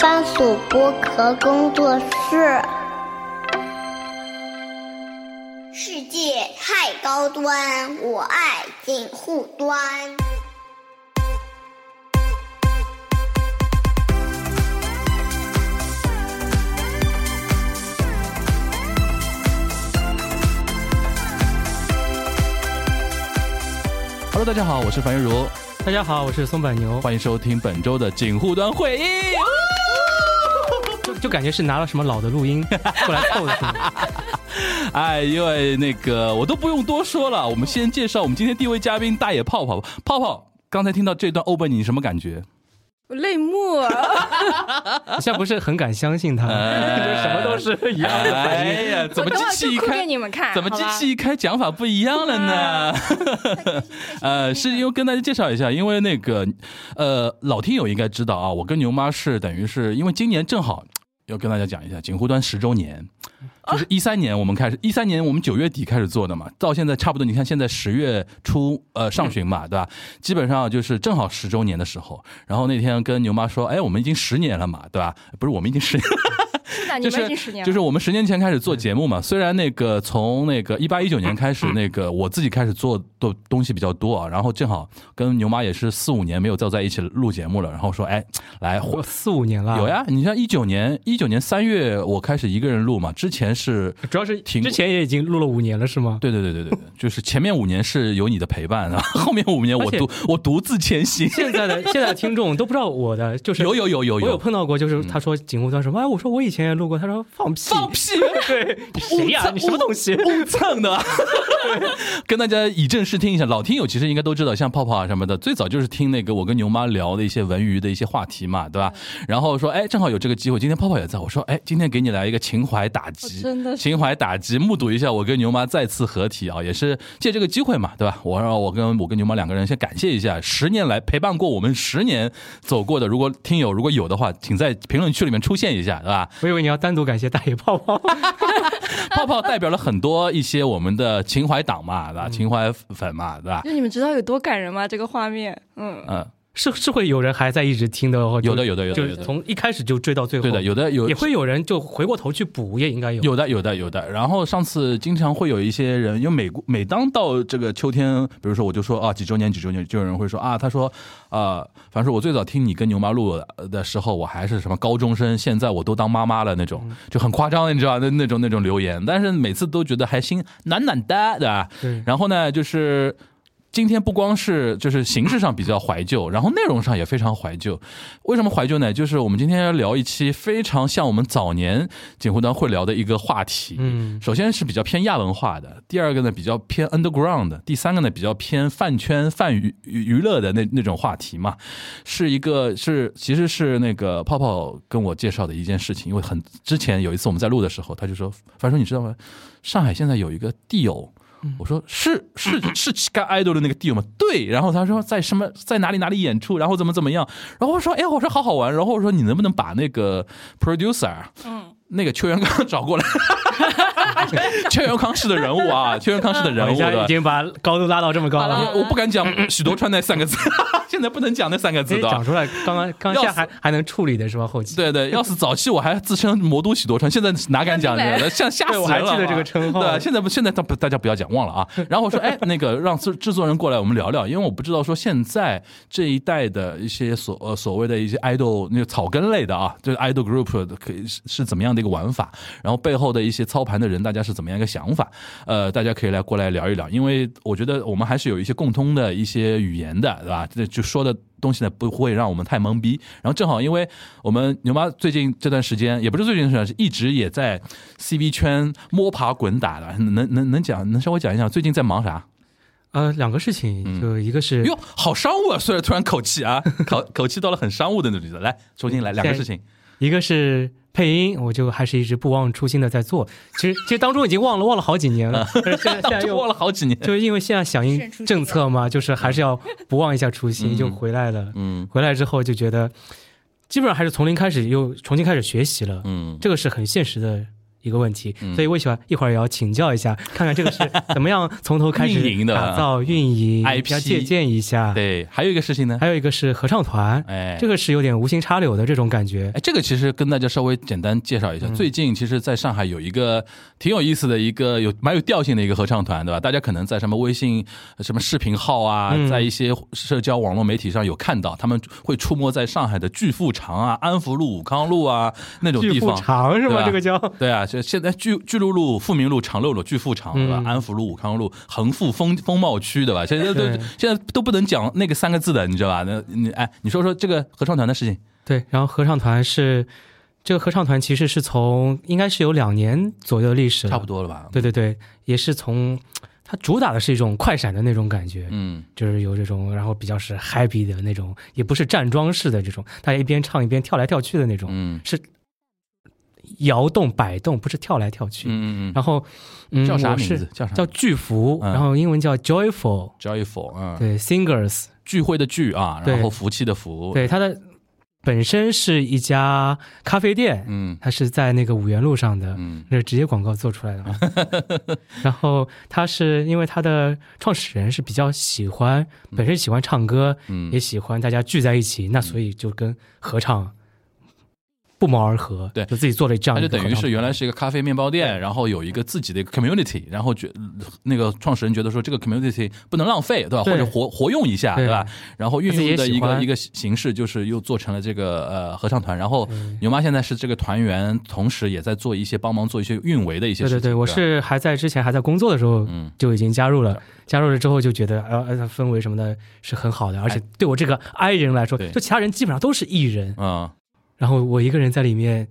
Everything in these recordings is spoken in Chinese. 番薯剥壳工作室。世界太高端，我爱锦护端。 Hello，大家好，我是樊玉茹，大家好，我是松柏牛，欢迎收听本周的警护端会议。就就感觉是拿了什么老的录音过来凑的 是吗？哎，因为那个我都不用多说了，我们先介绍我们今天第一位嘉宾大野泡泡。泡泡，刚才听到这段 open 你什么感觉？我泪 目，好像不是很敢相信他，哎就是什么都是一样的反哎应。呀，怎么 我等机会儿器一就哭给开？你们看，怎么好机吧啊器一开讲法不一样了呢？ 呃，是因为跟大家介绍一下，因为那个呃，老听友应该知道啊，我跟牛妈是等于是因为今年正好要跟大家讲一下锦湖端十周年，就是啊一三年我们开始，一三年我们九月底开始做的嘛，到现在差不多，你看现在十月初呃上旬嗯嘛，对吧？基本上就是正好十周年的时候，然后那天跟牛妈说，哎，我们已经十年了嘛，对吧？不是，我们已经十年。是的，就你们已经十是年就是了，我们十年前开始做节目嘛，虽然那个从那个一八一九年 开始，那个我自己开始做的东西比较多啊，然后正好跟牛妈也是四五年没有再在一起录节目了，然后说哎，来我四五年了，有，呀，你像一九年一九年三月我开始一个人录嘛，之前是。主要是挺之前也已经录了五年了，是吗？对对对对对对，就是前面五年是有你的陪伴啊， 后面五年我独我独自前行。现在的现在的听众都不知道我的，就是有有有有嗯我有碰到过，就是他说警护端什么，哎，我说我以前也录过，他说放屁，放屁！ 对，你谁呀？你什么东西？误蹭的，跟大家以正视听一下。老听友其实应该都知道，像泡泡啊什么的，最早就是听那个我跟牛妈聊的一些文娱的一些话题嘛，对吧？嗯然后说，哎，正好有这个机会，今天泡泡也在，我说，哎，今天给你来一个情怀打击，哦 真的是情怀打击，目睹一下我跟牛妈再次合体啊，也是借这个机会嘛，对吧？我让我跟我跟牛妈两个人先感谢一下十年来陪伴过我们十年走过的，如果听友如果有的话，请在评论区里面出现一下，对吧？ 我以为你要单独感谢大野 泡泡，泡泡代表了很多一些我们的情怀党嘛，对吧？情怀粉嘛，对吧？就你们知道有多感人吗？这个画面，嗯，嗯，是是会有人还在一直听的，有的有的有的就有是的从一开始就追到最后，对的，有的有也会有人就回过头去补，也应该有。有的有的有的。然后上次经常会有一些人，因为每每当到这个秋天，比如说我就说啊几周年几周年，就有人会说啊，他说啊，反正我最早听你跟牛妈录的时候，我还是什么高中生，现在我都当妈妈了那嗯种，就很夸张的，你知道那那种那种留言，但是每次都觉得还心暖暖的，对吧？对，然后呢，就是今天不光是就是形式上比较怀旧，然后内容上也非常怀旧。为什么怀旧呢？就是我们今天要聊一期非常像我们早年锦湖端会聊的一个话题。嗯，首先是比较偏亚文化的，第二个呢比较偏 underground 的，第三个呢比较偏饭圈、饭娱娱娱乐的那那种话题嘛，是一个是其实是那个泡泡跟我介绍的一件事情，因为很之前有一次我们在录的时候，他就说，樊叔你知道吗？上海现在有一个地友。我说是是是干 idol 的那个地友吗？对，然后他说在什么在哪里哪里演出，然后怎么怎么样，然后我说哎，我说好好玩，然后我说你能不能把那个 producer，嗯，那个邱元刚 找过来，邱元康式的人物啊，邱元康式的人人物哦家已的，经把高度拉到这么高好了了。我不敢讲许多川那三个字， 现在不能讲那三个字直接的哎讲啊。出来，刚刚刚要下还还能处理的是吧？后期对对，要是早期我还自称魔都许多川，现在哪敢讲这那你个？像吓死对人了！我还记得这个称号对啊，现在不，现在大大家不要讲，忘了啊。然后我说，哎，那个让制制作人过来，我们聊聊，因为我不知道说现在这一代的一些所呃所谓的一些 idol 那个草根类的啊，就是 idol group 的可以是是怎么样的一个玩法，然后背后的一些操盘的人，大家是怎么样一个想法？呃，大家可以来过来聊一聊，因为我觉得我们还是有一些共通的一些语言的，对吧？这就说的东西呢，不会让我们太懵逼。然后正好，因为我们牛妈最近这段时间，也不是最近这段时间，一直也在 CV 圈摸爬滚打的，能能能讲，能稍微讲一讲最近在忙啥？呃，两个事嗯情，就一个是哟，好商务啊！虽然突然口气啊，口口气到了很商务的那种。来，重新来两个事情。一个是配音，我就还是一直不忘初心的在做。其实其实当中已经忘了忘了好几年了，嗯但是现 在现在这过又了好几年，就是因为现在响应慎出政策嘛，就是还是要不忘一下初嗯心，就回来了。嗯回来之后就觉得，基本上还是从零开始，又重新开始学习了。嗯，这个是很现实的一一个问题，所以我喜欢一会儿也要请教一下，看看这个是怎么样从头开始运营的打造运营 IP 要借鉴一下。，对，还有一个事情呢，还有一个是合唱团，哎，这个是有点无心插柳的这种感觉。哎，这个其实跟大家稍微简单介绍一下，嗯最近其实在上海有一个挺有意思的一个有蛮有调性的一个合唱团，对吧？大家可能在什么微信、呃什么视频号啊，嗯在一些社交网络媒体上有看到，他们会出没在上海的巨富长啊、安福路、武康路啊那种地巨富方。长是对吗？吧这个叫对啊，就现在巨巨鹿路、富民路、长乐路、巨富长，对吧？嗯安福路、武康路、恒富风风貌区，对吧？现在都对现在都不能讲那个三个字的，你知道吧？那你哎，你说说这个合唱团的事情。对，然后合唱团是这个合唱团其实是从应该是有两年左右的历史了，差不。多了吧？对对对，也是从它主打的是一种快闪的那种感觉，嗯，就是有这种，然后比较是 happy 的那种，也不是站桩式的这种，大家一边唱一边跳来跳去的那种，嗯是摇动摆动，不是跳来跳嗯去。嗯然后，嗯，嗯，叫啥我名是字？叫啥？叫巨福，嗯然后英文叫 Joyful，、 Joyful，嗯，对，Singers，聚会的聚啊，然对后福气的福，，对，它的本身是一家咖啡店，嗯它是在那个五元路上的，嗯那是职业广告做出来的 啊。然后它是因为它的创始人是比较喜欢，本身喜欢唱歌，嗯也，喜欢大家聚在一起，那所以就跟合唱不谋而合，对就自己做了这样它一就个等于合唱是原来团是一个咖啡面包店，然后有一个自己的一个 community，然后觉那个创始人觉得说这个 community 不能浪费，对吧？对或者活活用一下，对对吧？然后运用自的己也一喜个欢一个形式就是又做成了这个呃合唱团，然后对牛妈现在是这个团员，同时也在做一些帮忙做一些运维的一些对事对情，对，我吧是还在之前还在工作的时候嗯就已经加入了，加入了之后就觉得呃呃氛围什么的是很好的，而且对我这个 I 人来说，哎对就其他人基本上都是 E 人，嗯。然后我一个人在里面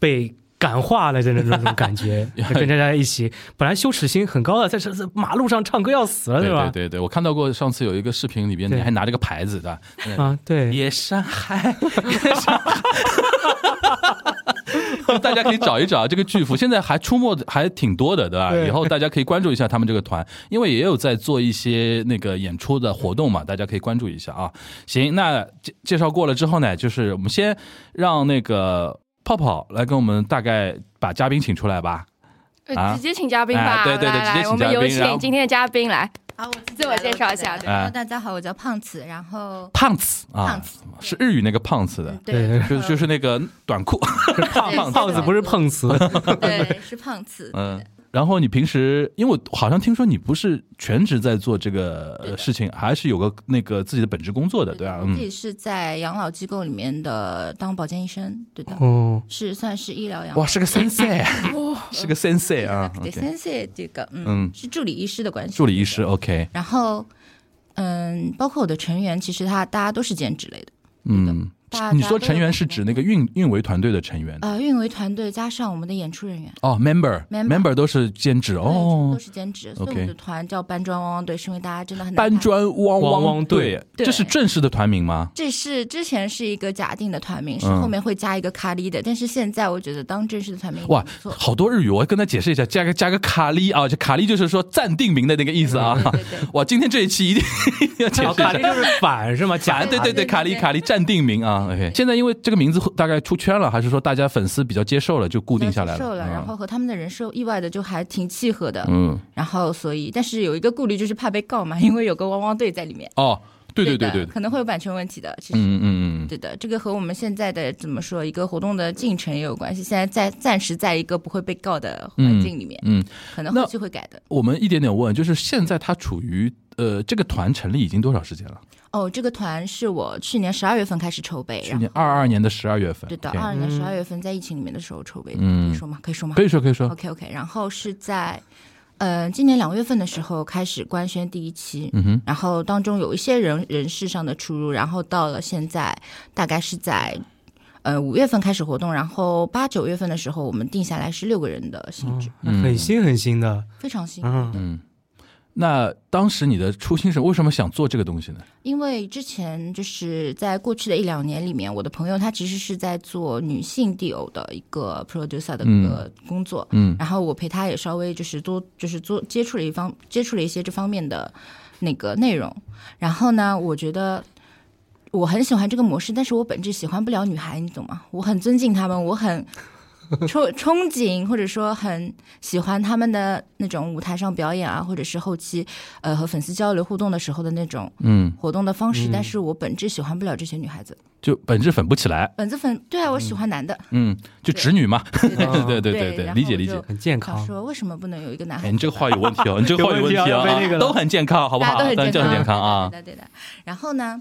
被感化了的那种那种 感觉，就跟大家一起，本来羞耻心很高的，在这在马路上唱歌要死了，对吧对？对对，我看到过上次有一个视频里边，你对还拿着个牌子的，对吧啊，对，野山海，大家可以找一找这个巨幅，现在还出没的还挺多的，对吧？对以后大家可以关注一下他们这个团，因为也有在做一些那个演出的活动嘛，大家可以关注一下啊。行，那介介绍过了之后呢，就是我们先让那个泡泡来跟我们大概把嘉宾请出来吧。啊呃，直接请嘉宾哎吧，对对对来直接来来，我请嘉们宾有然后请今天的嘉宾来，好，我自自我介绍一下对哎然后大家好，我叫胖子，然后胖子啊胖子，是日语那个胖子的，对对，就就是那个短 裤。胖对胖子不是碰 瓷，啊对是胖子，嗯，然后你平时，因为我好像听说你不是全职在做这个对呃的事情，还是有个那个自己的本职工作的， 对吧、的我自嗯，己是在养老机构里面的当保健医生，对的， 哦，是算是医疗养老。哇，是 个 sensei，是个 sensei 啊对，OK，先谢这个，嗯嗯，是助理医师的关系，助理医师，OK，然后，嗯，包括我的成员，其实他大家都是兼职类的，嗯大家，你说都成有员不是同指那个运运维团队的成员呃，运维团队加上我们的演出人员，哦，member member member 都是兼职对哦都，是兼职，所以我 OK 们的团叫搬砖汪汪队，是因为大家真的很难搬看砖汪汪汪汪队队，这是对正式的团名吗？这是之前是一个假定的团名，是嗯后面会加一个卡里的，但是现在我觉得当正式的团名也哇不错，好多日语，我跟他解释一下，加个加个卡利啊，就卡利就是说暂定名的那个意思啊。对对对哇，今天这一期一定要解释然一下后卡。丁就是反是吗？假啊，对对对，对卡利对卡利暂定名啊，OK。现在因为这个名字大概出圈了，还是说大家粉丝比较接受了，就固定下来接受了，然嗯后和他们的人设意外的就还挺契合的，嗯，然后所以但是有一个顾虑就是怕被告嘛，因 为有个汪汪队在里面，哦，对对对的对，对可能会有版权问题的，其实。嗯嗯嗯嗯，对的，这个和我们现在的怎么说一个活动的进程也有关系。现在在暂时在一个不会被告的环境里面，嗯，可能那后期会改的。我们一点点问，就是现在它处于呃这个团成立已经多少时间了？哦，这个团是我去年十二月份开始筹备，去然后年二二年的十二月份，啊对的， OK 二二年嗯十二月份在疫情里面的时候筹备的，嗯可以说吗？可以说吗？可以说可以说， OK OK，然后是在呃今年两月份的时候开始官宣第一期，嗯哼，然后当中有一些人人事上的出入，然后到了现在大概是在。呃，五月份开始活动，然后八九月份的时候，我们定下来是六个人的性质，嗯很新很新的，非常新。嗯，嗯。那当时你的初心是为什么想做这个东西呢？因为之前就是在过去的一两年里面，我的朋友他其实是在做女性 DO 的一个 producer 的一个工作，嗯然后我陪他也稍微就是多就是做接触了一方接触了一些这方面的那个内容，然后呢，我觉得。 我很喜欢这个模式，但是我本质喜欢不了女孩，你懂吗？我很尊敬她们，我很憧憧憬，或者说很喜欢他们的那种舞台上表演啊，或者是后期呃和粉丝交流互动的时候的那种嗯，活动的方式，嗯但是我本质喜欢不了这些女孩子，就本质粉不起来，本子粉对啊，我喜欢男的，嗯，就直女嘛，对对嗯 对对对哦对然后理解我理解就。很健想康，说为什么不能有一个男孩哎，子？你这个话有问题 哦，你这个话有问题有问题啊被那啊，个了都很健康，好不大好？家都咱很就健很康，健康啊，对的对的。然后呢，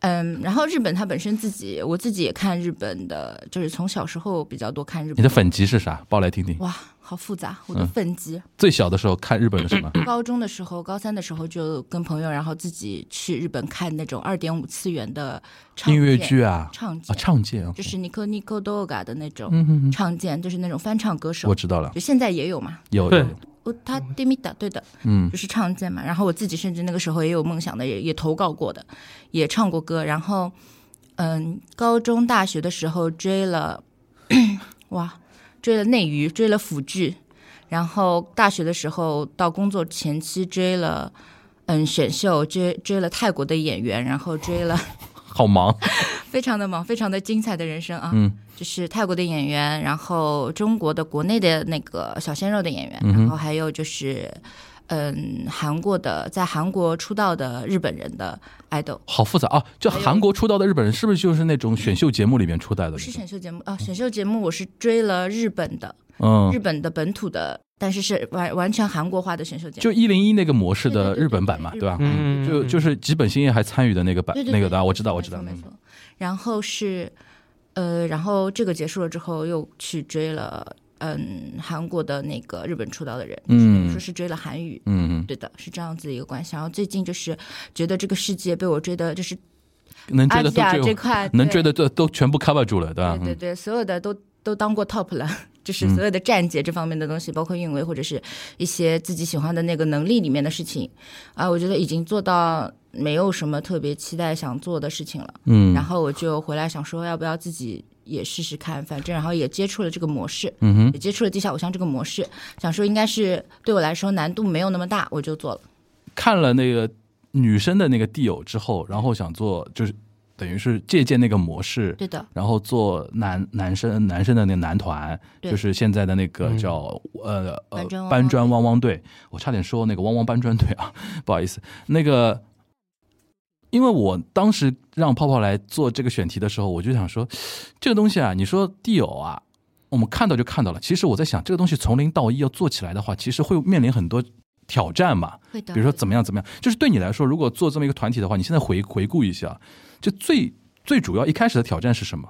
嗯，然后日本它本身自己，我自己也看日本的，就是从小时候比较多看日本。你的粉级是啥？报来听听。哇，好复杂！我的嗯粉级，最小的时候看日本的什 么？高中的时候，高三的时候就跟朋友，然后自己去日本看那种二点五次元的唱音乐片剧啊，唱啊，见，唱见，就是 Nico Nico Doga 的那种嗯哼哼，唱见，就是那种翻唱歌手我，知道了，就现在也有嘛。有对有，有哦，他 d e m i t a 对的，嗯就是唱见嘛。然后我自己甚至那个时候也有梦想的，也也投稿过的，也唱过歌。然后，嗯，高中、大学的时候追了， 哇，追了内娱，追了腐剧。然后大学的时候到工作前期追了，嗯，选秀，追追了泰国的演员，然后追了好忙，非常的忙，非常的精彩的人生啊。嗯就是泰国的演员，然后中国的国内的那个小鲜肉的演员，嗯哼然后还有就是，嗯，韩国的在韩国出道的日本人的 idol，好复杂啊！就哎韩国出道的日本人，是不是就是那种选秀节目里面出来的不是那种？选秀节目啊，选秀节目我是追了日本的，日嗯，本的本土的，但是是完完全韩国化的选秀节目，就一零一那个模式的对对对日本版嘛，对对对吧？嗯就就是吉本兴业还参与的那个版对对那对个的啊，对我知道没我知错道，没嗯错。然后是，呃，然后这个结束了之后，又去追了嗯韩国的那个日本出道的人，嗯说是追了韩语，嗯，对的，是这样子一个关系。然后最近就是觉得这个世界被我追的，就是嗯能追阿的吉亚都啊这追，块能追的，的都都全部 cover 住了，对吧对？对嗯对，所有的都都当过 top 了，就是嗯所有的站姐这方面的东西，包括运维或者是一些自己喜欢的那个能力里面的事情啊，我觉得已经做到没有什么特别期待想做的事情了。嗯，然后我就回来想说，要不要自己也试试看，反正然后也接触了这个模式，嗯哼，也接触了地下偶像这个模式，想说应该是对我来说难度没有那么大，我就做了。看了那个女生的那个地友之后，然后想做就是等于是借鉴那个模式，对的，然后做男男生男生的那个男团，对就是现在的那个嗯叫、呃搬呃砖汪汪搬砖汪汪队，我差点说那个汪汪搬砖队啊， 不好意思，那个。因为我当时让泡泡来做这个选题的时候，我就想说，这个东西啊，你说地友啊，我们看到就看到了。其实我在想，这个东西从零到一要做起来的话，其实会面临很多挑战嘛。会的。比如说怎么么样怎么样，就是对你来说，如果做这么一个团体的话，你现在回回顾一下，就最最主要一开始的挑战是什么？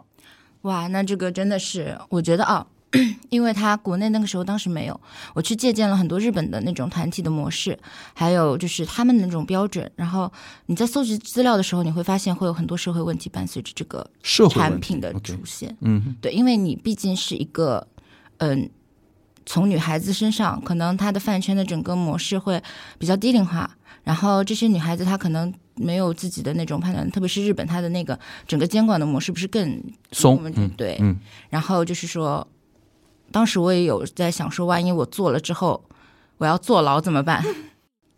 哇，那这个真的是，我觉得啊。 因为他国内那个时候当时没有，我去借鉴了很多日本的那种团体的模式，还有就是他们的那种标准。然后你在搜集资料的时候，你会发现会有很多社会问题伴随着这个社会产问题品的 OK 出现。嗯对，因为你毕竟是一个，嗯，从女孩子身上，可能她的饭圈的整个模式会比较低龄化，然后这些女孩子她可能没有自己的那种判断，特别是日本，它的那个整个监管的模式不是更松我们嗯对，嗯然后就是说，当时我也有在想说，万一我做了之后，我要坐牢怎么办？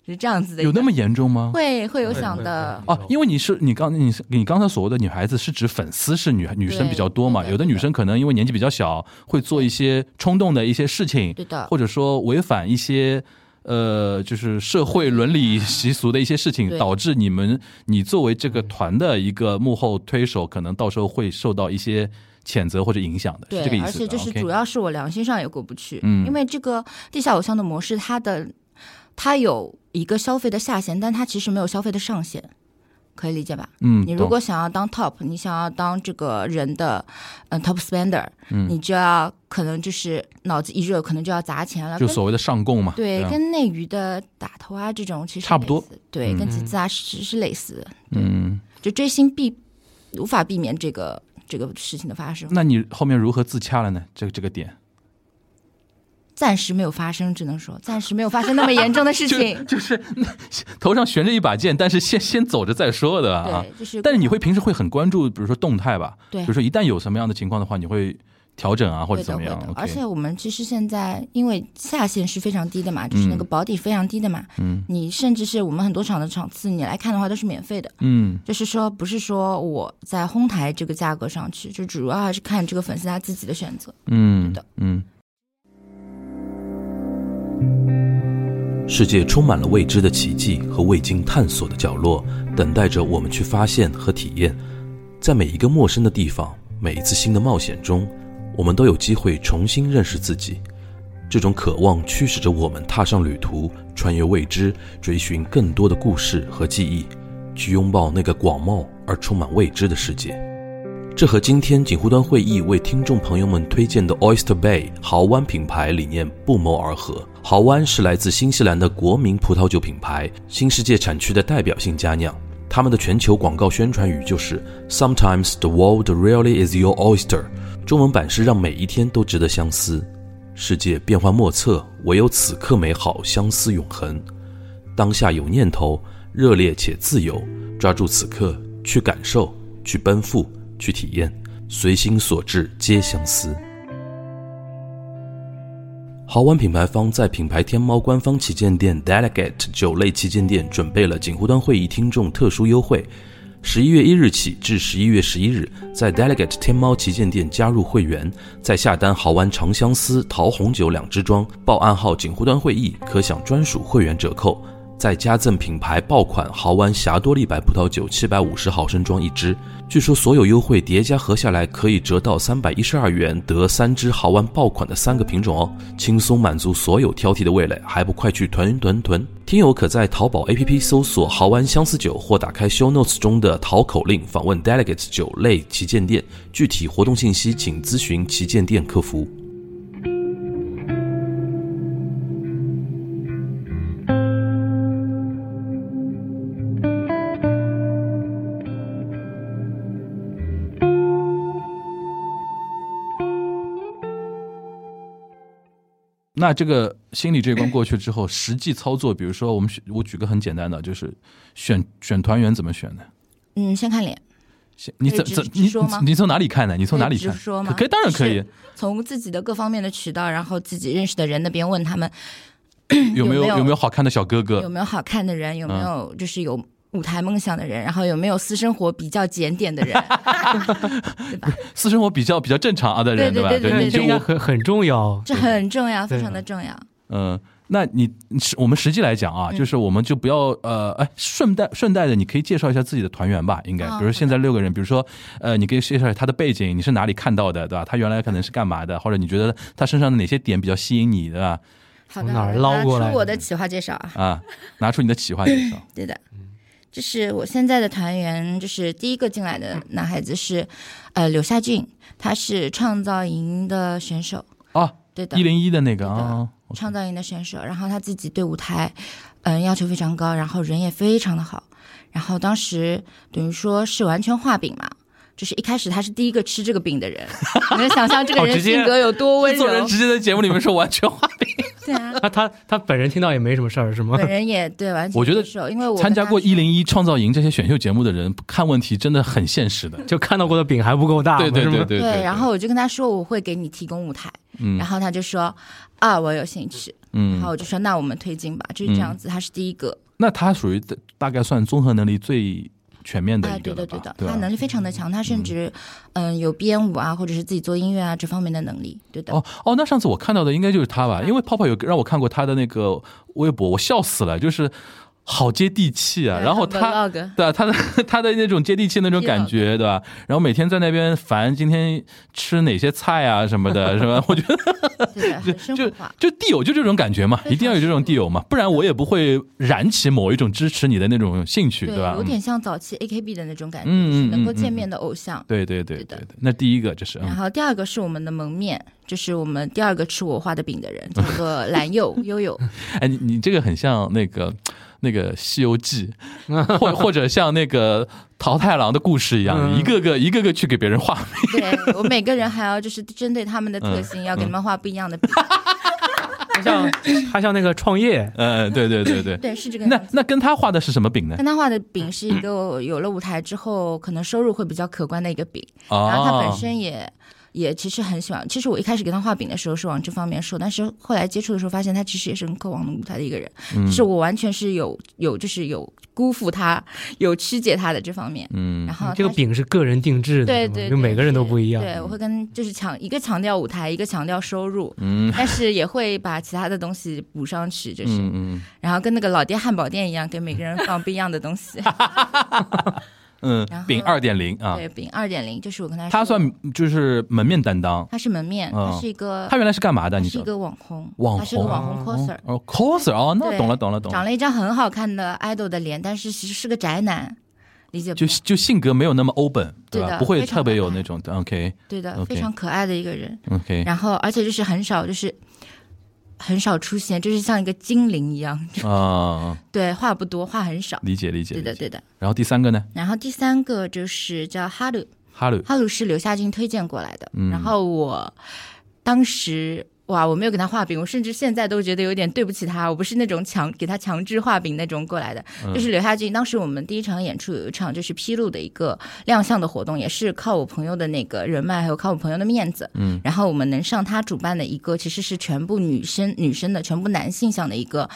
是这样子的一个，有那么严重吗？会会有会想会的会，哦，因为你是你刚你你刚才所谓的女孩子是指粉丝是女女生比较多嘛？对对有的对女生可能因为年纪比较小，会做一些冲动的一些事情，对的，或者说违反一些呃，就是社会伦理习俗的一些事情，啊对嗯导致你们你作为这个团的一个幕后推手，可能到时候会受到一些谴责或者影响的，对，是这个意思的。而且就是 OK 主要是我良心上也过不去，嗯因为这个地下偶像的模式，它的它有一个消费的下限，但它其实没有消费的上限，可以理解吧？嗯，你如懂果想要当 top，你想要当这个人的嗯 top spender，、嗯你就要可能就是脑子一热，可能就要砸钱了，就跟所谓的上供嘛，对，吧跟内娱的打头啊这种其实差不多类似，对，嗯跟集资啊是是类似的，嗯，就追星避无法避免这个这个事情的发生，那你后面如何自洽了呢？这个这个点，暂时没有发生，只能说暂时没有发生那么严重的事情。就是头上悬着一把剑，但是先先走着再说的啊。对，就是但是你会平时会很关注，比如说动态吧，对比如说一旦有什么样的情况的话，你会调整啊，或者会怎的，么会样的。而且？OK，我们其实现在因为下限是非常低的嘛，就是那个保底非常低的嘛，嗯你甚至是我们很多场的场次，你来看的话都是免费的。嗯就是说，不是说我在哄抬这个价格上去，就主要还是看这个粉丝他自己的选择。嗯是的嗯，世界充满了未知的奇迹和未经探索的角落，等待着我们去发现和体验。在每一个陌生的地方，每一次新的冒险中，我们都有机会重新认识自己。这种渴望驱使着我们踏上旅途，穿越未知，追寻更多的故事和记忆，去拥抱那个广袤而充满未知的世界。这和今天锦湖端会议为听众朋友们推荐的 Oyster Bay 豪湾品牌理念不谋而合。豪湾是来自新西兰的国民葡萄酒品牌，新世界产区的代表性佳酿。他们的全球广告宣传语就是 “Sometimes the world really is your oyster”，中文版是让每一天都值得相思。世界变幻莫测，唯有此刻美好，相思永恒。当下有念头，热烈且自由，抓住此刻，去感受，去奔赴，去体验，随心所至皆相思。豪湾品牌方在品牌天猫官方旗舰店 Delegate 酒类旗舰店准备了锦湖端会议听众特殊优惠，十一月一日起至十一月十一日，在 Delegate 天猫旗舰店加入会员，在下单豪湾长相思桃红酒两支装，报暗号“锦湖端会议”，可享专属会员折扣，再加赠品牌爆款豪湾霞多丽白葡萄酒七百五十毫升装一支。据说所有优惠叠加合下来可以折到三百一十二元，得三支豪湾爆款的三个品种哦，轻松满足所有挑剔的味蕾，还不快去囤囤囤！听友可在淘宝 APP 搜索“豪湾相思酒”或打开 Show Notes 中的淘口令访问 Delegates 酒类旗舰店，具体活动信息请咨询旗舰店客服。那这个心理这一关过去之后，实际操作，比如说我们选我举个很简单的，就是选选团员怎么选呢？嗯，先看脸，先你怎可以直怎直你说吗你从哪里看呢？你从哪里可以看？直说吗可可以，当然可以是。从自己的各方面的渠道，然后自己认识的人那边问他们有没有有没有有没有好看的小哥有哥？没有好看的人，有没有就是有舞台梦想的人，然后有没有私生活比较检点的人，对吧？私生活比较比较正常啊的人，对吧？对对你对就这应该很很重要。这很重要，对非常的重要。嗯，那你是我们实际来讲啊，嗯就是我们就不要呃，哎，顺带顺带的，你可以介绍一下自己的团员吧，应该，啊比如现在六个人，比如说呃，你可以介绍一下他的背景，你是哪里看到的，对吧？他原来可能是干嘛的，或者你觉得他身上的哪些点比较吸引你，对吧？好从的，哪儿好的捞过拿来出我的企划介绍啊，啊，拿出你的企划介绍。对的。嗯就是我现在的团员，就是第一个进来的男孩子是，呃，柳夏俊，他是创造营的选手，哦， 对的一，零一的那个对的啊，创造营的选手。然后他自己对舞台，嗯、要求非常高，然后人也非常的好。然后当时等于说是完全画饼嘛，就是一开始他是第一个吃这个饼 的人，你能想象这个好人直接性格有多 温制作人柔？直接在节目里面说完全画饼。对啊，那他他本人听到也没什么事儿是吗本？人也 对完全我觉得接受因为我参加过一一零一创造营这些选秀节目的人，看问题真的很现实的。 就看到过的饼还不够啊大吗，对对是吗对对对。然后我就跟他说我会给你提供舞台，嗯然后他就说啊我有兴趣，然嗯，后我就说那我们推进吧，就是这样子，他是第一个那他属于大概算综合能力最全面的啊，一个对了的吧对的，？吧他能力非常的强，他甚至嗯有编舞啊，或者是自己做音乐啊这方面的能力，对的。哦哦，那上次我看到的应该就是他嗯吧，因为泡泡有让我看过他的那个微博，我笑死了，就是好接地气啊。对然后很他 vlog 对啊，他的他的那种接地气那种感觉， 对吧？然后每天在那边烦今天吃哪些菜啊什么 的，是吧？我觉得对的，很生就活化。就地友就这种感觉嘛，非常一定要有这种地友嘛，不然我也不会燃起某一种支持你的那种兴趣，对，吧？有嗯点像早期 AKB 的那种感觉，嗯就是能嗯够嗯嗯见面的偶像。对对对对的对，那第一个这是然嗯后第二个是我们的蒙面，就是我们第二个吃我画的饼的人，叫 做蓝柚悠悠。哎，你你这个很像那个那个《西游记》或，或者像那个桃太郎的故事一样，嗯一个个一个个去给别人画。 对我每个人还要就是针对他们的嗯特性，要给他们画不一样 的饼。他像 他像那个创业，嗯，对对对对。 对，是这个那样子。那跟他画的是什么饼呢？但他画的饼是嗯一个有了舞台之后，可能收入会比较可观的一个饼。然后他啊本，身也。也其实很喜欢。其实我一开始给他画饼的时候是往这方面说，但是后来接触的时候发现他其实也是很渴望舞台的一个人，嗯哦就是我完全是有有就是有辜负他、有曲解他的这方面。嗯然后他这个饼是个人定制的，对是吗对，就对每个人都不啊一样。对，我会跟就是强一个强调舞台，一个强调收入，嗯但是也会把其他的东西补上去，就是、嗯嗯然后跟那个老爹汉堡店一样，给每个人放不一样的东西。然嗯，后饼二点零啊，对，饼二点零就是我跟他说他算就是门面担当，他是门面，嗯他是一个他原来是干嘛的？他你知是一道吗？个网红，网红他是个网红 coser，、哦，coser 哦，那对懂了懂了懂了，长了一张很好看的 idol 的脸，但是其实是个宅男，理解不就了？就性格没有那么 open，对对吧？的不会非常特别可有爱那种，OK 对的 OK 非常可爱的一个人。 OK，然后而且就是很少就是。很少出现，就是像一个精灵一样，啊，对，话不多，话很少，理解理解，对的，理解对的。然后第三个呢然后第三个就是叫哈鲁，哈鲁，哈鲁是刘夏静推荐过来的。嗯然后我当时哇，我没有给他画饼，我甚至现在都觉得有点对不起他。我不是那种强给他强制画饼那种过来的，嗯就是刘夏静。当时我们第一场演出有一场就是披露的一个亮相的活动，也是靠我朋友的那个人脉，还有靠我朋友的面子，嗯，然后我们能上他主办的一个其实是全部女生女生的，全部男性向的一个。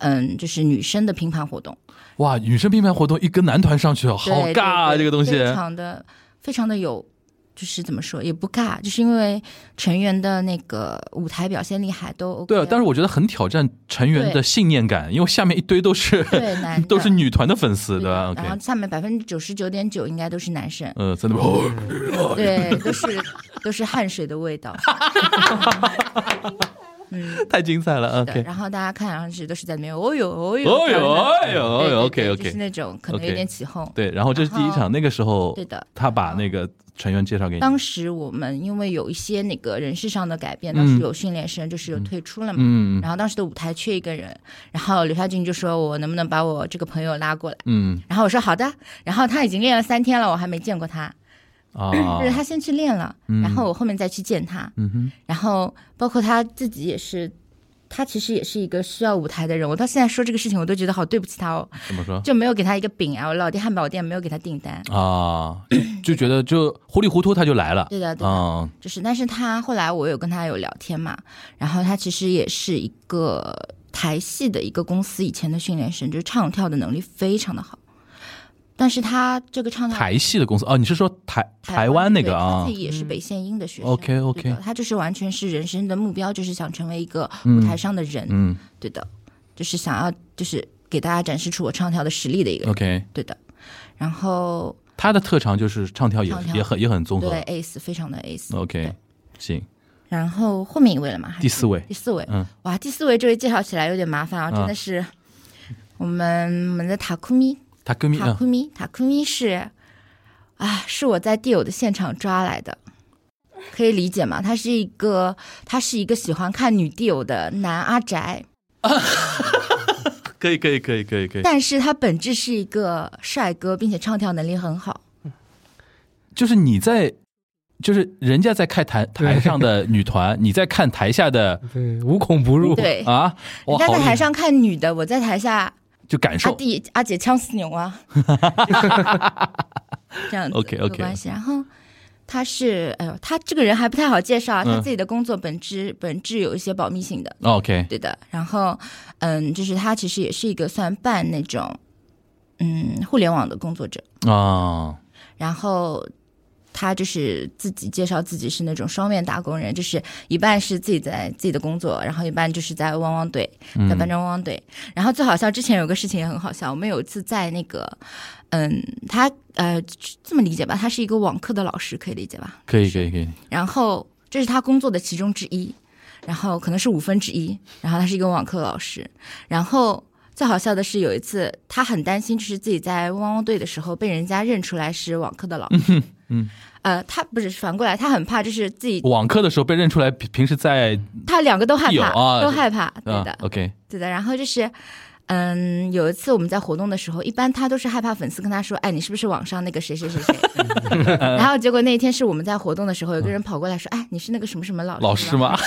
嗯，就是女生的拼盘活动，哇，女生拼盘活动一跟男团上去哦，好对尬啊，对对这个东西，非常的非常的有，就是怎么说也不尬，就是因为成员的那个舞台表现力还都 OK。对啊，但是我觉得很挑战成员的对信念感，因为下面一堆都是 对男的都是女团的粉丝，对对吧的，然？OK，后下面百分之九十九点九应该都是男生，呃，真的哦，对，都是都是汗水的味道。嗯， 太精彩了对， ，OK，然后大家看上去都是在里面，哦呦，哦呦，哦呦哎呦对哦呦对对，OK 就是 OK，那种可能有 OK 点起哄。对，然后这是第一然场，后那个时候对的他把那个成员介绍给你，当时我们因为有一些那个人事上的改变，当时有训练生就是有退出了嘛，嗯然后当时的舞台缺一个人，然后刘晓俊就说我能不能把我这个朋友拉过来，嗯然后我说好的，然后他已经练了三天了，我还没见过他，啊，就是他先去练了，嗯然后我后面再去见他，嗯哼，然后包括他自己也是。他其实也是一个需要舞台的人，我到现在说这个事情，我都觉得好对不起他哦，怎么说？就没有给他一个饼啊，我老爹汉堡店没有给他订单。啊，就觉得就糊里糊涂他就来了，对的，对的，啊，就是，但是他后来我有跟他有聊天嘛，然后他其实也是一个台戏的一个公司以前的训练生，就是唱跳的能力非常的好，但是他这个唱跳台系的公司哦，你是说台台湾湾那个对他啊自？己也是北线音的学生。 OK，OK 对的他就是完全是人生的目标，就是想成为一个舞台上的人，嗯对的，就是想要就是给大家展示出我唱跳的实力的一个人， ，OK，对的。然后他的特长就是唱跳也唱跳也很也很综合对 ace 非常的 ace，、 ，OK，对行，然后后面一位了嘛？还是第四位第四位，嗯哇，第四位这位介绍起来有点麻烦啊，嗯真的是我们我们的塔库咪，他跟塔嗯库咪，塔库咪是啊，是我在地友的现场抓来的，可以理解吗？他是一个，他是一个喜欢看女地友的男阿宅，可以可以可以可以可以，但是他本质是一个帅哥，并且唱跳能力很好。就是你在，就是人家在看台台上的女团，你在看台下的对，无孔不入。对，啊，哇，人家好在厉台害上看女的，我在台下就感阿受弟阿姐呛死牛 啊，这样子 OK，OK 没有关系。然后他是，哎呦，他这个人还不太好介绍啊，嗯他自己的工作本质、本质有一些保密性的， ，OK，对的。然后，嗯，就是他其实也是一个算半那种，嗯，互联网的工作者。啊，然后他就是自己介绍自己是那种双面打工人，就是一半是自己在自己的工作，然后一半就是在汪汪队，嗯在班长汪汪队。然后最好笑，之前有个事情也很好笑，我们有一次在那个，嗯，他呃这么理解吧，他是一个网课的老师，可以理解吧？可以可以可以，然后这是他工作的其中之一，然后可能是五分之一。然后他是一个网课老师，然后最好笑的是有一次他很担心，就是自己在汪汪队的时候被人家认出来是网课的老师。嗯呃，他不是反过来，他很怕，就是自己网课的时候被认出来，平平时在他两个都害有怕，啊都害怕，对啊的， ，OK，对的。然后就是。嗯，有一次我们在活动的时候，一般他都是害怕粉丝跟他说：“哎，你是不是网上那个谁 谁谁谁？”然 后结果那一天是我们在活动的时候，有个人跑过来说：“哎，你是那个什么什么老师老师吗吗？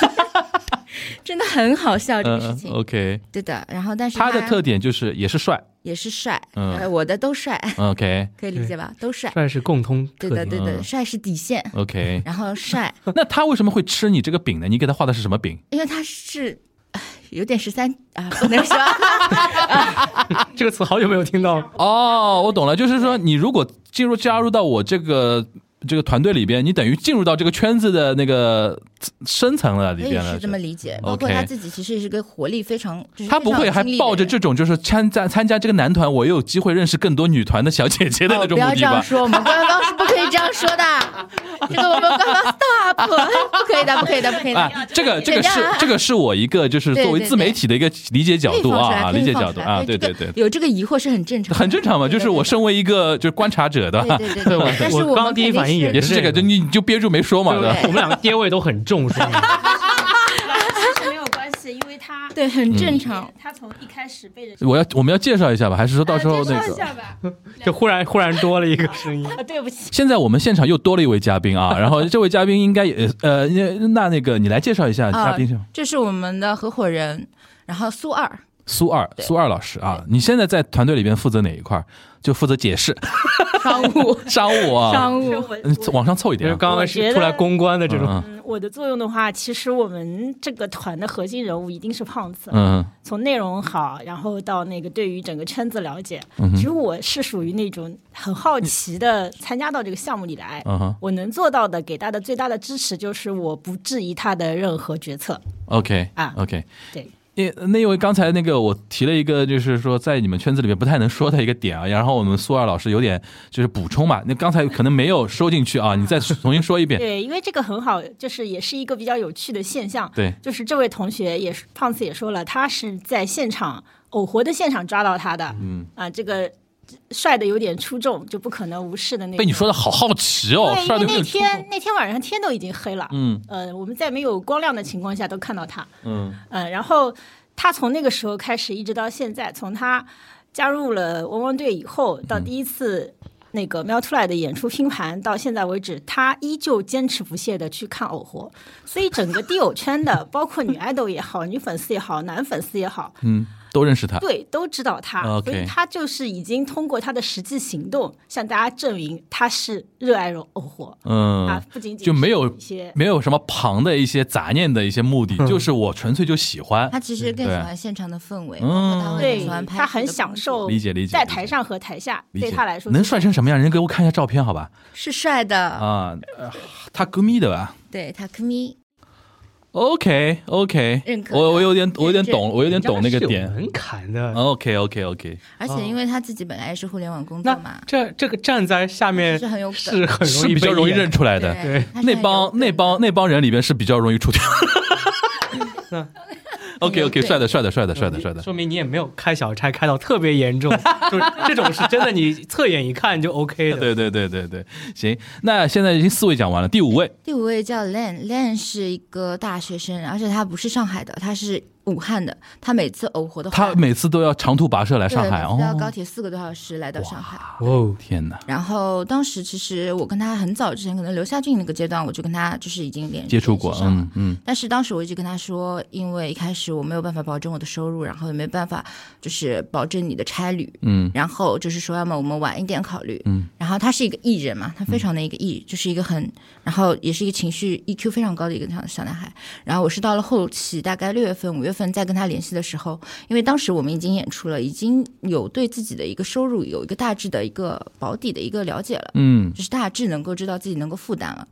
真的很好笑这个事嗯情。 ，OK，对的，然后但是他的特点就是也是帅也是帅，嗯呃我的都帅， ，OK 可以理解吧？都帅，帅是共通特对的点。对的，嗯帅是底线。 OK，然后帅， 那他为什么会吃你这个饼呢？你给他画的是什么饼？因为他是唉有点十三啊，不能 说这个词好久没有听到了。哦，我懂了，就是说你如果进入加入到我这个这个团队里边，你等于进入到这个圈子的那个深层了里可以边了是。这么理解。 OK 包括他自己其实也是个活力非常，就是他不非常会有还精力的抱着人这种就是参加参加这个男团，我有机会认识更多女团的小姐姐的那哦种不要目的这吧样？说，我们官方是不可以这样说的，这个我们官方 stop，不可以的，不可以的，不可以的。啊，这个这剪个掉是啊这个是我一个就是对作为对自媒对体的一个理解角可以度放出来啊，可以理解放角出度来哎啊，对这对个对，有这个疑惑是很正常的，很正常嘛，就是我啊身为一个就是观察者的对。对对对对，但是我我刚们第一肯定反应也是也是这个，就你你就憋住没说嘛，对吧？我们两个爹味都很重，是吧？其实没有关系，因为他对很正嗯常。他从一开始被人我要我们要介绍一下吧，还是说到时候那介绍一个？下吧。就忽然忽然多了一个声音，啊，对不起，现在我们现场又多了一位嘉宾啊，然后这位嘉宾应该也呃，那那个你来介绍一下嘉宾是吗这是我们的合伙人，然后苏二，苏二对苏二老师啊，你现在在团队里边负责哪一块儿？就负责解释商务 商务啊，商是务，我嗯，往上凑一因点为啊。刚刚是出来公关的这种。嗯嗯，我的作用的话，其实我们这个团的核心人物一定是胖子，嗯从内容好，然后到那个对于整个圈子了解。嗯其实哼我是属于那种很好奇的，参加到这个项目里来。嗯哼我能做到的，给他的最大的支持就是我不质疑他的任何决策。 ，OK 啊 OK。对，因那因为刚才那个我提了一个，就是说在你们圈子里面不太能说的一个点啊，然后我们苏二老师有点就是补充嘛，那刚才可能没有收进去啊，你再重新说 一遍。对，因为这个很好，就是也是一个比较有趣的现象。对，就是这位同学也是胖子也说了，他是在现场偶活的现场抓到他的。嗯啊，这个帅的有点出众，就不可能无视的那种。被你说的好好奇哦，帅对，的因为那天那天晚上天都已经黑了，嗯呃，我们在没有光亮的情况下都看到他，嗯嗯、然后他从那个时候开始一直到现在，从他加入了汪汪队以后，到嗯第一次那个喵出来的演出拼盘，到现在为止，他依旧坚持不懈的去看偶活，所以整个地偶圈的，包括女爱豆也好，女粉丝也好，男粉丝也好，嗯，都认识他。对，都知道他啊 OK 所以他就是已经通过他的实际行动向大家证明他是热爱偶活。啊嗯，，不仅仅就没有是一些没有什么旁的一些杂念的一些目的，嗯就是我纯粹就喜欢他。其实更喜对欢现场的氛围，嗯包括他会对喜欢拍，他很享。受理解理解在理解台上和台下理解对他来说能帅成什么样？人给我看一下照片，好吧？是帅的，啊，呃他闺蜜的吧对他 k m ？OK OK，认可我我有点我有点懂，我有点懂那个人家是有点。嗯门槛的。 OK OK OK，而且因为他自己本来也是互联网工作那嘛，这这个站在下面是很有梗是很容是易比较被容易演认出来的。对，他是那很有帮梗那帮那帮人里边是比较容易 出挑。OK OK，对帅的帅的帅的帅的你帅的。说明你也没有开小差开到特别严重，就是这种是真的，你侧眼一看就 OK 的。对对对对对，行，那现在已经四位讲完了，第五位第五位叫 Lan，Lan 是一个大学生，而且他不是上海的，他是武汉的。他每次偶活的话，他每次都要长途跋涉来对上海每次都要高哦。铁四个多小时来到上海。哦，天哪，然后当时其实我跟他很早之前，可能刘夏俊那个阶段，我就跟他就是已经联接触过联，系上了嗯嗯但是当时我一直跟他说，因为一开始我没有办法保证我的收入，然后也没办法就是保证你的差旅，嗯然后就是说，要么我们晚一点考虑。嗯，然后他是一个艺人嘛，他非常的一个艺，就是一个很，然后也是一个情绪 EQ 非常高的一个小小男孩。然后我是到了后期，大概六月份、五月份再跟他联系的时候，因为当时我们已经演出了，已经有对自己的一个收入有一个大致的一个保底的一个了解了，嗯，就是大致能够知道自己能够负担了，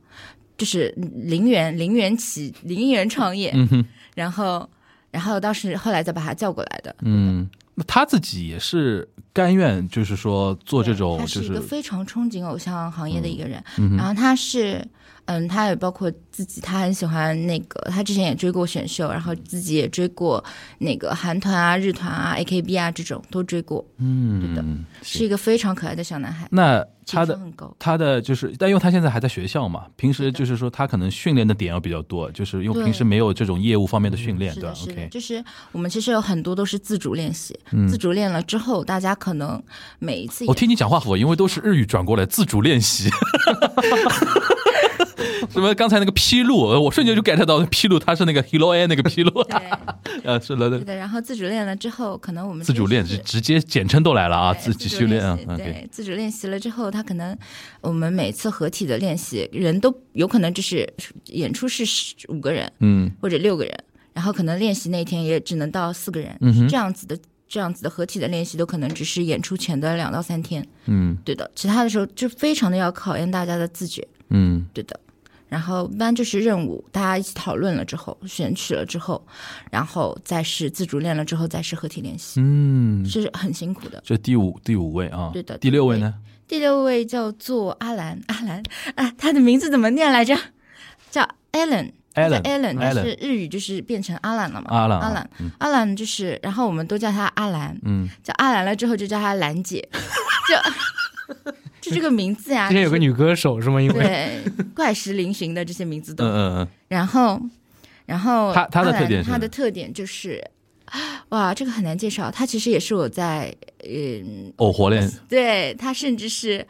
就是零元零元起零元创业。嗯哼，然后，然后当时后来再把他叫过来的。嗯，那他自己也是甘愿，就是说做这种，他就是一是个非常憧憬偶像行业的一个人。嗯然后他是，嗯，他也包括自己，他很喜欢那个，他之前也追过选秀，然后自己也追过那个韩团啊、日团啊、AKB 啊这种都追过，对的嗯，是一个非常可爱的小男孩，那他情的商很高。他的就是，但因为他现在还在学校嘛，平时是的就是说他可能训练的点要比较多，就是因为对嗯平时没有这种业务方面的训练，是对吧的，是的， ？OK，就是我们其实有很多都是自主练习，嗯哦自主练了之后，大家可能每一次我听你讲话，我因为都是日语转过来自主练习，什么刚才那个披露，呃我瞬间就 get 到披露，他是那个 Hilo A 那个披露，呃，是的对，的。然后自主练了之后，可能我们自主练是直直接简称都来了啊，对自己训练啊习，嗯对对，自主练习了之后，他可能我们每次合体的练习，人都有可能就是演出是十五个人嗯或者六个人，然后可能练习那天也只能到四个人，嗯哼这样子的。这样子的合体的练习都可能只是演出前的两到三天，嗯对的。其他的时候就非常的要考验大家的自觉，嗯对的。然后一般就是任务，大家一起讨论了之后，选取了之后，然后再是自主练了之后，再是合体练习，嗯，是很辛苦的。这第五第五位啊，对的第六位呢？第六位叫做阿兰，阿兰啊，他的名字怎么念来着？叫 Alan。 Alan Alan，但 Alan 是日语就是变成阿兰了嘛？阿兰啊阿兰，嗯阿兰就是，然后我们都叫他阿兰，嗯，叫阿兰了之后就叫他兰姐， 就 就这个名字呀。之前有个女歌手是吗？因为对怪石嶙峋的这些名字都嗯嗯嗯，然后，然后它它的阿兰特点是它的特点就是， 哇，这个很难介绍。它其实也是我在，嗯，偶活练，对，它甚至是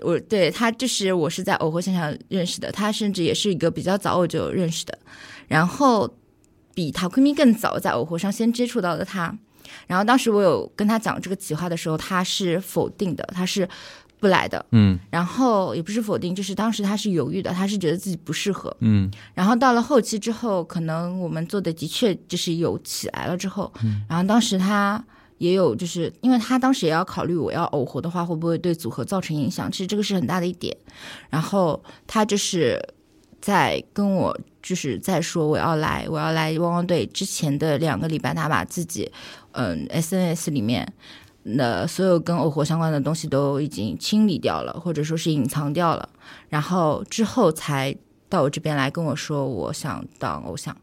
我对它就是我是在偶活现场认识的，它甚至也是一个比较早我就认识的，然后比塔昆明更早在偶活上先接触到的他。然后当时我有跟他讲这个企划的时候，他是否定的，他是不来的。嗯然后也不是否定，就是当时他是犹豫的，他是觉得自己不适合。嗯然后到了后期之后，可能我们做的的确就是有起来了之后，然后当时他也有就是，因为他当时也要考虑我要偶活的话会不会对组合造成影响，其实这个是很大的一点。然后他就是在跟我就是在说我要来，我要来汪汪队之前的两个礼拜，他把自己嗯 SNS 里面。那所有跟偶活相关的东西都已经清理掉了，或者说是隐藏掉了，然后之后才到我这边来跟我说，我想当偶像。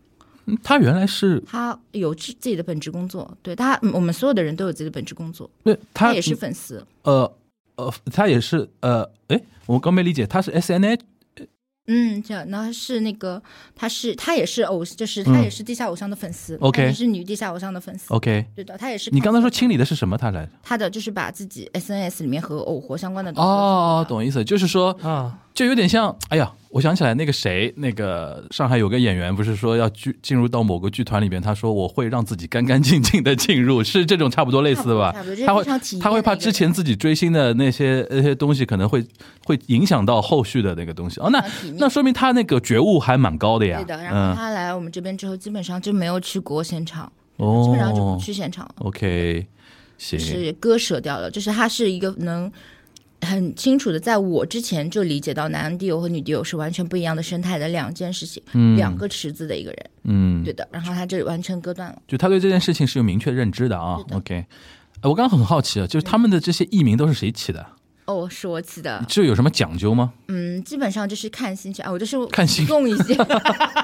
嗯，他原来是他有自自己的本职工作，对他，嗯我们所有的人都有自己的本职工作。对他他也是粉丝，呃呃，他也是呃，哎，我刚没理解，他是 S N H 嗯，这样，然后是那个，他是他也是偶，就是他嗯也是地下偶像的粉丝 OK 他也是女地下偶像的粉丝。 OK，对的，他也是。你刚才说清理的是什么？他来着？他的就是把自己 SNS 里面和偶活相关的东西哦，懂意思，就是说啊，就有点像，哎呀，我想起来那个谁，那个上海有个演员，不是说要剧进入到某个剧团里边，他说我会让自己干干净净的进入，是这种差不多类似的吧差不多差不多这？是他会非常体面的他会怕一个之前自己追星的那些那些东西可能会会影响到后续的那个东西。哦，那非常体面那说明他那个觉悟还蛮高的呀。嗯对的，然后嗯，他来我们这边之后，基本上就没有去过现场，基本上就不哦去现场了。 ，OK，行，是割舍掉了，就是他是一个能很清楚的，在我之前就理解到男 D 友和女 D 友是完全不一样的生态的两件事情，两个池子的一个人，嗯对，的。然后他就完全割断了，就他对这件事情是有明确认知的啊是。的 OK，呃我刚刚很好奇啊，就是他们的这些艺名都是谁起的？哦，是我起的，这有什么讲究吗？嗯，基本上就是看心情啊，我就是看心提供一些。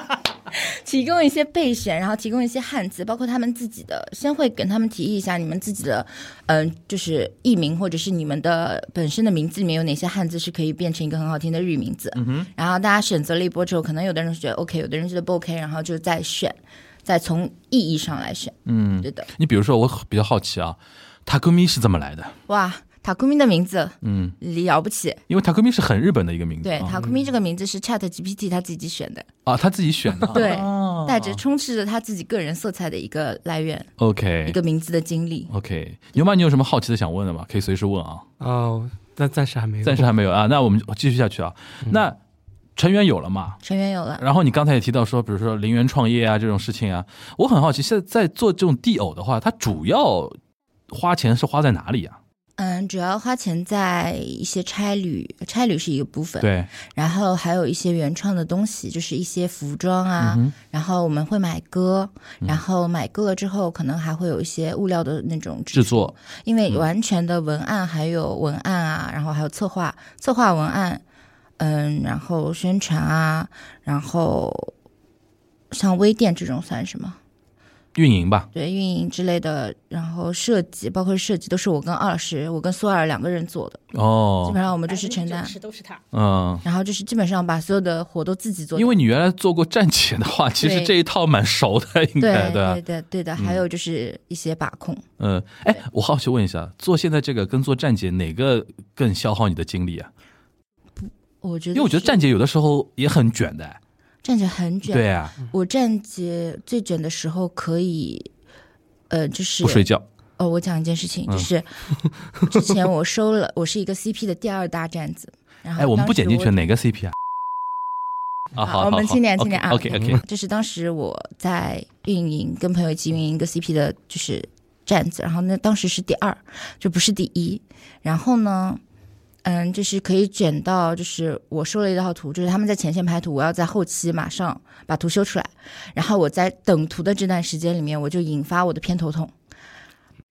提供一些备选，然后提供一些汉字，包括他们自己的，先会跟他们提议一下你们自己的，嗯、就是艺名或者是你们的本身的名字里面有哪些汉字是可以变成一个很好听的日语名字。嗯、然后大家选择了一波之后，可能有的人觉得 OK，有的人觉得不 OK，然后就再选，再从意义上来选。嗯，对的。你比如说，我比较好奇啊，塔克咪是怎么来的？哇，塔库明的名字，嗯，了不起。因为塔克咪是很日本的一个名字，对，啊塔库明这个名字是 Chat GPT 他自己选的。啊，他自己选的， 对啊带着充斥着他自己个人色彩的一个来源，一，OK 个名字的经历。 OK，牛妈，你有什么好奇的想问的吗？可以随时问啊，哦，那暂时还没有，暂时还没有啊，那我们继续下去啊。那成员有了嘛？成员有了，然后你刚才也提到说，比如说零元创业啊这种事情啊，我很好奇，现在在做这种地偶的话，它主要花钱是花在哪里啊呀、嗯，主要花钱在一些差旅，差旅是一个部分，对，然后还有一些原创的东西，就是一些服装嗯啊，然后我们会买歌，然后买歌了之后，可能还会有一些物料的那种制，作，嗯因为完全的文案还有文案啊，然后还有策划、策划文案，嗯，然后宣传啊，然后像微店这种算什么？运营吧，对运营之类的，然后设计，包括设计都是我跟二老师，我跟苏尔两个人做的，基哦，本上我们就是承担，都是他。嗯。然后就是基本上把所有的活都自己做掉，因为你原来做过站姐的话，其实对这一套蛮熟的，应该对吧对的对的，还有就是一些把控，嗯，哎，我好奇问一下，做现在这个跟做站姐哪个更消耗你的精力啊？我觉因得为我觉得是站姐有的时候也很卷的，站姐很卷，对啊，我站姐最卷的时候可以，呃，就是不睡觉，哦，我讲一件事情，嗯就是之前我收了，我是一个 CP 的第二大站子，然后哎，我们不当时剪进我去哪个 CP 啊？啊，好，我们轻点轻今点啊 OK OK，就是当时我在运营，跟朋友一起运营一个 CP 的，就是站子，然后那当时是第二，就不是第一。然后呢，嗯，就是可以卷到，就是我收了一套图，就是他们在前线排图，我要在后期马上把图修出来。然后我在等图的这段时间里面，我就引发我的偏头痛。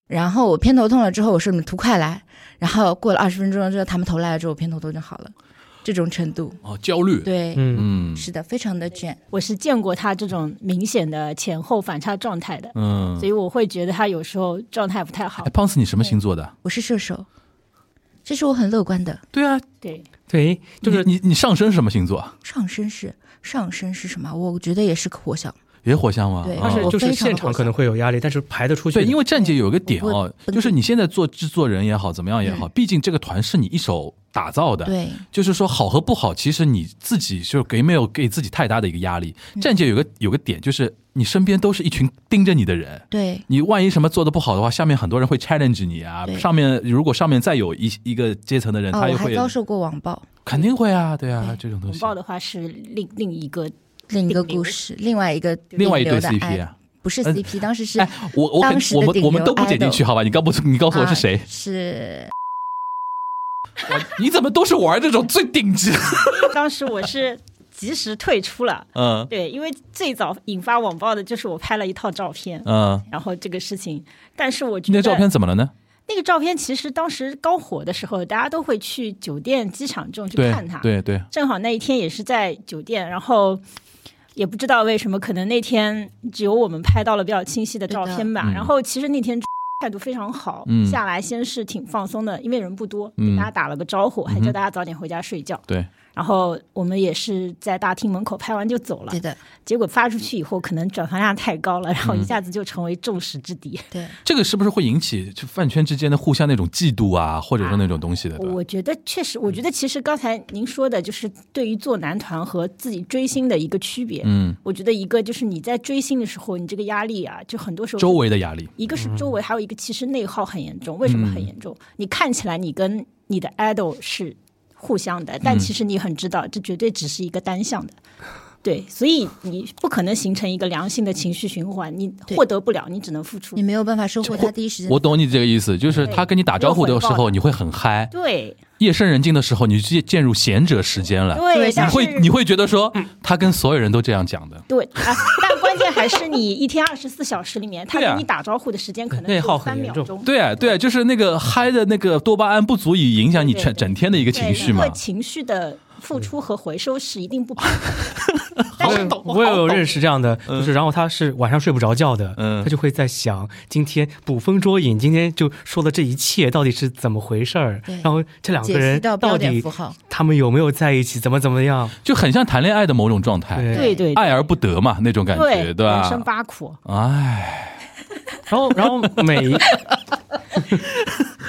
然后我偏头痛了之后，我说你们图快来。然后过了二十分钟之后，他们投来了之后，我偏头痛就好了，这种程度。哦，焦虑，对，嗯，嗯是的，非常的卷。我是见过他这种明显的前后反差状态的，嗯所，以我会觉得他有时候状态不太好哎，。胖子你什么星座的？我是射手，这是我很乐观的。对啊，对，对，就是你你上升是什么星座？上身是上身是什么？我觉得也是火象。也火象吗？对哦但是我就是非常现场可能会有压力，但是排得出去的。对，因为站姐有一个点我哦会，绷就是你现在做制作人也好，怎么样也好，毕竟这个团是你一手打造的，对，就是说好和不好，其实你自己就给没有给自己太大的一个压力。嗯站姐有个有个点，就是你身边都是一群盯着你的人。对，你万一什么做的不好的话，下面很多人会 challenge 你啊。对上面如果上面再有一一个阶层的人，哦，嗯他也我还会遭受过网暴。肯定会啊，对啊，这种东红西。包的话是另另一个，另一个顶流故事，另外一个 另外一对顶流 CP 的爱，啊，不是呃 CP，当时是哎，我我肯当时的我们顶我们流都不剪进 idol 去好吧？你告不你告诉我啊是谁？ 是我你怎么都是玩这种最顶级的？当时我是及时退出了。嗯对，因为最早引发网暴的就是我拍了一套照片，嗯，然后这个事情，但是我觉得那照片怎么了呢？那个照片其实当时刚火的时候，大家都会去酒店、机场这种去对看它。对对，正好那一天也是在酒店，然后也不知道为什么，可能那天只有我们拍到了比较清晰的照片吧。对的嗯然后其实那天 态度非常好，嗯下来先是挺放松的，因为人不多，嗯给大家打了个招呼，还嗯叫哼大家早点回家睡觉。对，然后我们也是在大厅门口拍完就走了对，的，结果发出去以后，可能转发量太高嗯了，然后一下子就成为众矢之的。对，这个是不是会引起就饭圈之间的互相那种嫉妒啊，或者说那种东西的？对吧我觉得确实，我觉得其实刚才您说的，就是对于做男团和自己追星的一个区别。嗯，我觉得一个就是你在追星的时候，你这个压力啊，就很多时候周嗯围的压力，一个是周围，还有一个其实内耗很严重。为什么嗯很严重？你看起来你跟你的 idol 是互相的，嗯但其实你很知道，这绝对只是一个单向的。对，所以你不可能形成一个良性的情绪循环，你对获得不了，你只能付出你。没有办法收获他第一时间。我懂你这个意思，就是他跟你打招呼的时没有回报候，的你会很嗨；对夜深人静的时候，你就进入贤者时间了。对，你但是会你会觉得说，他跟所有人都这样讲的，对啊，但关键还是你一天二十四小时里面，他 对啊哎跟你打招呼的时间可能内只耗有很三秒严重钟。对啊对啊，就是那个嗨的那个多巴胺不足以影响你对对全对整天的一个对情绪嘛一个。情绪的付出和回收是一定不平衡的。但是我也有认识这样的，就是然后他是晚上睡不着觉的，嗯他就会在想今天捕风捉影，今天就说的这一切到底是怎么回事儿对，然后这两个解析人到标到点底符号，他们有没有在一起，怎么怎么样？就很像谈恋爱的某种状态，对，对对爱而不得嘛那种感觉，对对人生吧？八苦，哎，然后然后每 一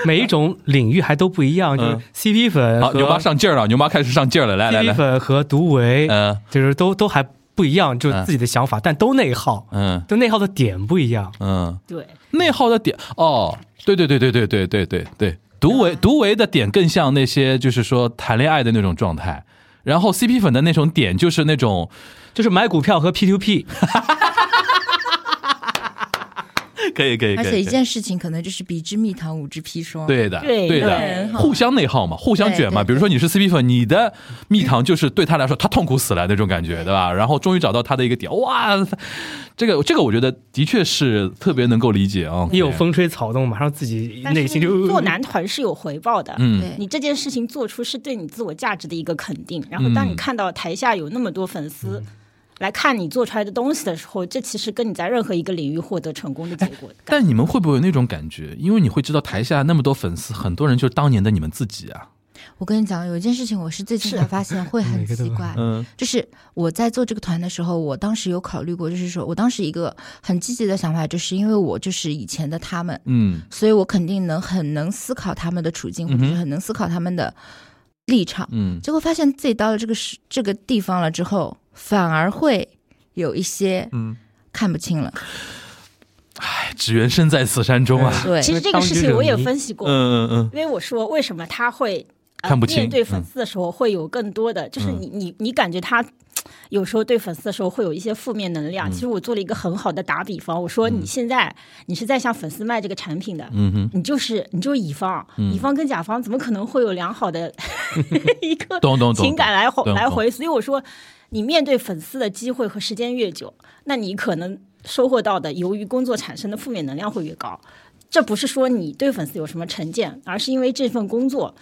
每一种领域还都不一样，就是嗯 CP 粉好，和牛妈上劲儿了，牛妈开始上劲儿了，来来 CP 来，粉和独唯，嗯就是都都还不一样，就自己的想法，但都内耗，嗯都内耗的点不一样。嗯，对内耗的点哦，对对对对对对对对对，独唯独唯的点更像那些就是说谈恋爱的那种状态，然后 CP 粉的那种点就是那种就是买股票和 P to P， 可以可以而可且以一，件事情可能就是彼之蜜糖，五之砒霜。，对的对对的。人好互相内耗嘛，互相卷嘛。对对比如说你是 CP 粉，你的蜜糖就是对他来说，他痛苦死了那种感觉，对吧？然后终于找到他的一个点，哇，这个这个我觉得的确是特别能够理解啊。一有，风吹草动，马上自己但内是心就做男团是有回报的。嗯，啊对你这件事情做出是对你自我价值的一个肯定，然后当你嗯看到台下有那么多粉丝来看你做出来的东西的时候，这其实跟你在任何一个领域获得成功的结果。但你们会不会有那种感觉？因为你会知道台下那么多粉丝，很多人就是当年的你们自己啊。我跟你讲，有一件事情我是最近才发现会很每个都奇怪，嗯就是我在做这个团的时候，我当时有考虑过，就是说我当时一个很积极的想法，就是因为我就是以前的他们，嗯所以我肯定能很能思考他们的处境，或者是很能思考他们的立场，嗯结果发现自己到了这个时这个地方了之后，反而会有一些嗯，看 不清了。只缘哎身在此山中啊，对，其实这个事情我也分析过，嗯嗯嗯，因为我说为什么他会、呃看不清嗯面对粉丝的时候会有更多的，就是你你你感觉他。嘖有时候对粉丝的时候会有一些负面能嗯量。其实我做了一个很好的打比方，我说你现在你是在向粉丝卖这个产品的，嗯哼，你就是你就是乙方，嗯乙方跟甲方怎么可能会有良好 的 一个懂懂懂情感来懂回来懂回？所以我说，你面对粉丝的机会和时间越久，那你可能收获到的由于工作产生的负面能量会越高。这不是说你对粉丝有什么成见，而是因为这份工作，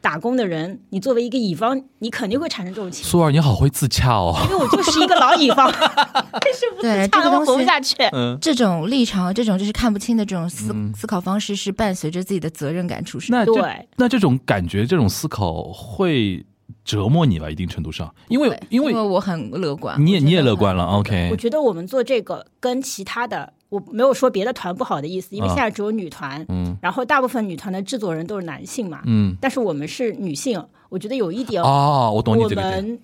打工的人，你作为一个乙方，你肯定会产生这种情绪。苏儿你好会自洽哦，因为我就是一个老乙方， 对这差个点东活不西，下去。这种立场，这种就是看不清的这种思、思考方式，是伴随着自己的责任感出生。嗯那这对那这种感觉，这种思考会折磨你吧，一定程度上，因为对因因为我很乐观，你也我觉你也得乐很观了我，OK，觉得我们做这个跟其他的，我没有说别的团不好的意思，因为啊现在只有女团，嗯然后大部分女团的制作人都是男性嘛，嗯，但是我们是女性，我觉得有一点，哦，我懂你我这个点，们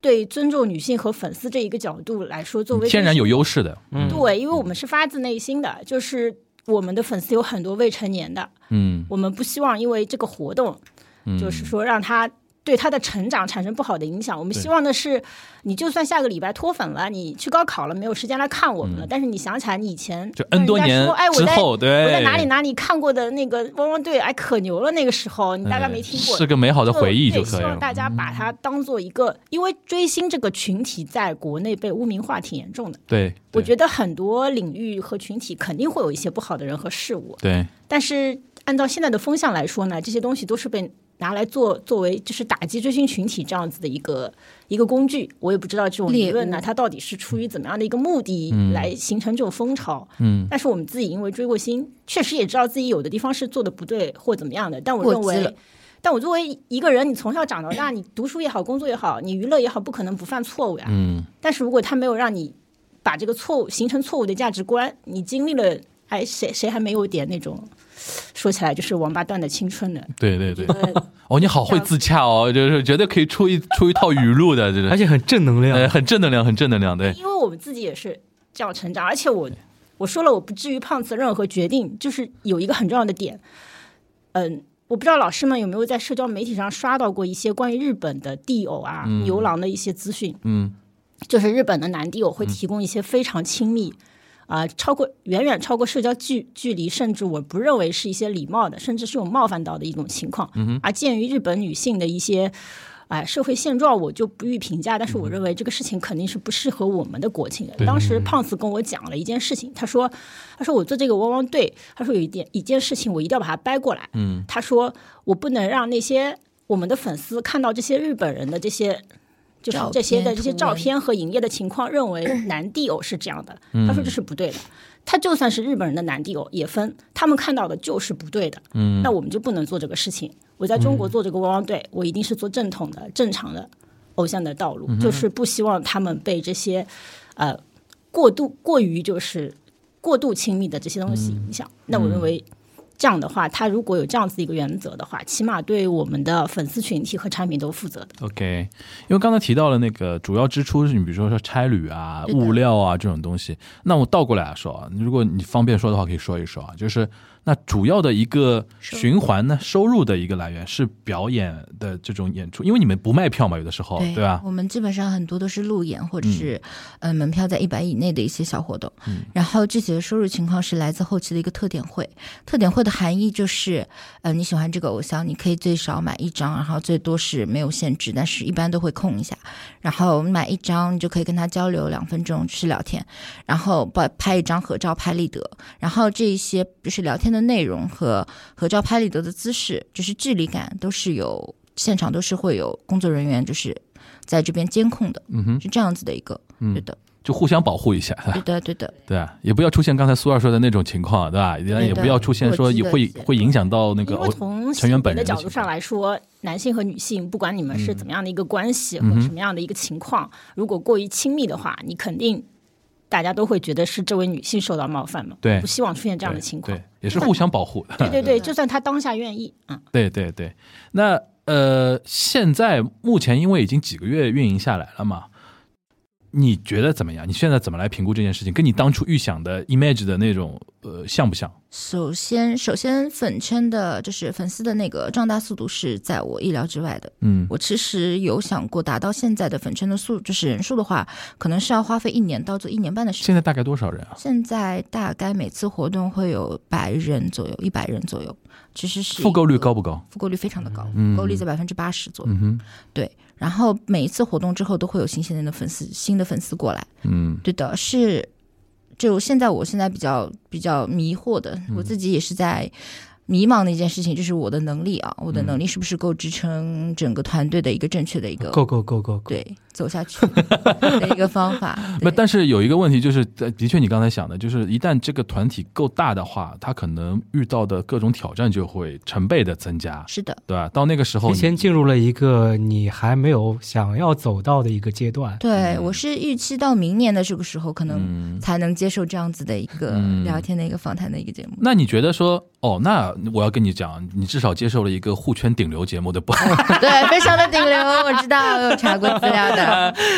对尊重女性和粉丝这一个角度来说，作为嗯天然有优势的，嗯对，因为我们是发自内心的，就是我们的粉丝有很多未成年的，嗯，我们不希望因为这个活动，嗯就是说让他。对他的成长产生不好的影响。我们对希望的是，你就算下个礼拜脱粉了，你去高考了，没有时间来看我们嗯了，但是你想起来你以前就 N 多跟人家年说哎，我之在后，对，我在哪里哪里看过的那个汪汪队，哎，可牛了！那个时候你大概没听过，哎嗯是个美好的就回忆对就可以希望了。大家把嗯它当做一个，因为追星这个群体在国内被污名化挺严重的。对，我得觉得很多领域和群体肯定会有一些不好的人和事物，对，但是按照现在的风向来说呢，这些东西都是被拿来做作为就是打击追星群体这样子的一个一个工具。我也不知道这种猎理论呢，物它到底是出于怎么样的一个目的来形成这种风潮。嗯，但是我们自己因为追过星，确实也知道自己有的地方是做的不对或怎么样的。但我过认激了为，但我作为一个人，你从小长到大，你读书也好，工作也好，你娱乐也好，不可能不犯错误呀。嗯，但是如果他没有让你把这个错误形成错误的价值观，你经历了，哎，谁谁还没有点那种说起来就是王八蛋的青春呢？对对对。呃哦，你好会自洽哦，就是绝对可以出一出一套语录的，就是而且很正能量呃，很正能量，很正能量，对，因为我们自己也是这样成长，而且我我说了，我不至于碰瓷任何决定，就是有一个很重要的点，嗯。我不知道老师们有没有在社交媒体上刷到过一些关于日本的地偶啊、牛郎的一些资讯。嗯就是日本的男帝，我会提供一些非常亲密，啊、超过远远超过社交距距离，甚至我不认为是一些礼貌的，甚至是有冒犯到的一种情况。嗯、而鉴于日本女性的一些。哎，社会现状我就不予评价，但是我认为这个事情肯定是不适合我们的国情的。当时胖子跟我讲了一件事情，他说：“他说我做这个汪汪队，他说有一点一件事情我一定要把它掰过来。嗯，他说我不能让那些我们的粉丝看到这些日本人的这些就是照这些的片这些图照文片和营业的情况， 认为男帝偶是这样的。他说这是不对的。他就算是日本人的男帝偶也分，他们看到的就是不对的。嗯，那我们就不能做这个事情。我在中国做这个汪汪队，我一定是做正统的、正常的偶像的道路，就是不希望他们被这些呃过度过于就是过度亲密的这些东西嗯影响。那我认为。这样的话，他如果有这样子一个原则的话，起码对我们的粉丝群体和产品都负责的。 ，OK。因为刚才提到了那个主要支出，你比如说说差旅啊、对的物料啊这种东西，那我倒过来说啊，如果你方便说的话，可以说一说啊，就是那主要的一个循环呢，收入的一个来源是表演的这种演出，因为你们不卖票嘛，有的时候，对吧？嗯我们基本上很多都是路演或者是、呃门票在一百以内的一些小活动，然后具体的收入情况是来自后期的一个特点会。特点会的含义就是，呃，你喜欢这个偶像，你可以最少买一张，然后最多是没有限制，但是一般都会空一下。然后买一张，你就可以跟他交流两分钟，就是聊天，然后把拍一张合照拍立得，然后这一些就是聊天的内容和合照拍立得的姿势，就是距离感都是有。现场都是会有工作人员，就是在这边监控的，嗯哼，是这样子的一个，对的，就互相保护一下，对的，对的，对啊，也不要出现刚才苏二说的那种情况，对吧？也也不要出现说也会对的会影响到那个因为偶从成员性别本人的角情度况上来说，男性和女性，不管你们是怎么样的一个关系嗯或者什么样的一个情况，如果过于亲密的话，你肯定大家都会觉得是这位女性受到冒犯嘛。对不希望出现这样的对情况对。，也是互相保护的。 对对对，就算他当下愿意，嗯，对对对，那呃，现在目前因为已经几个月运营下来了嘛，你觉得怎么样？你现在怎么来评估这件事情？跟你当初预想的 image 的那种呃像不像？首先，首先粉圈的就是粉丝的那个壮大速度是在我意料之外的。嗯我其实有想过，达到现在的粉圈的速就是人数的话，可能是要花费一年到做一年半的时间。现在大概多少人啊？现在大概每次活动会有百人左右，一百人左右，其实是一复购率个高，不高？复购率非常的高，嗯复购率在百分之八十左右。嗯哼，对，然后每一次活动之后都会有新鲜的粉丝，新的粉丝过来。嗯对的，是就现在，我现在比较比较迷惑的，嗯我自己也是在迷茫的一件事情，就是我的能力啊，我的嗯能力是不是够支撑整个团队的一个正确的一个够够够够够，对走下去的一个方 法。那对但是有一个问题就是，呃的确你刚才想的，就是一旦这个团体够大的话，他可能遇到的各种挑战就会成倍的增加，是的，对吧？到那个时候提你，前进入了一个你还没有想要走到的一个阶段。对我是预期到明年的这个时候，可能嗯，才能接受这样子的一个嗯聊天的一个访谈的一个节目。那你觉得说，哦，那我要跟你讲，你至少接受了一个互圈顶流节目的报，对，非常的顶流，我知道，我有查过资料 的。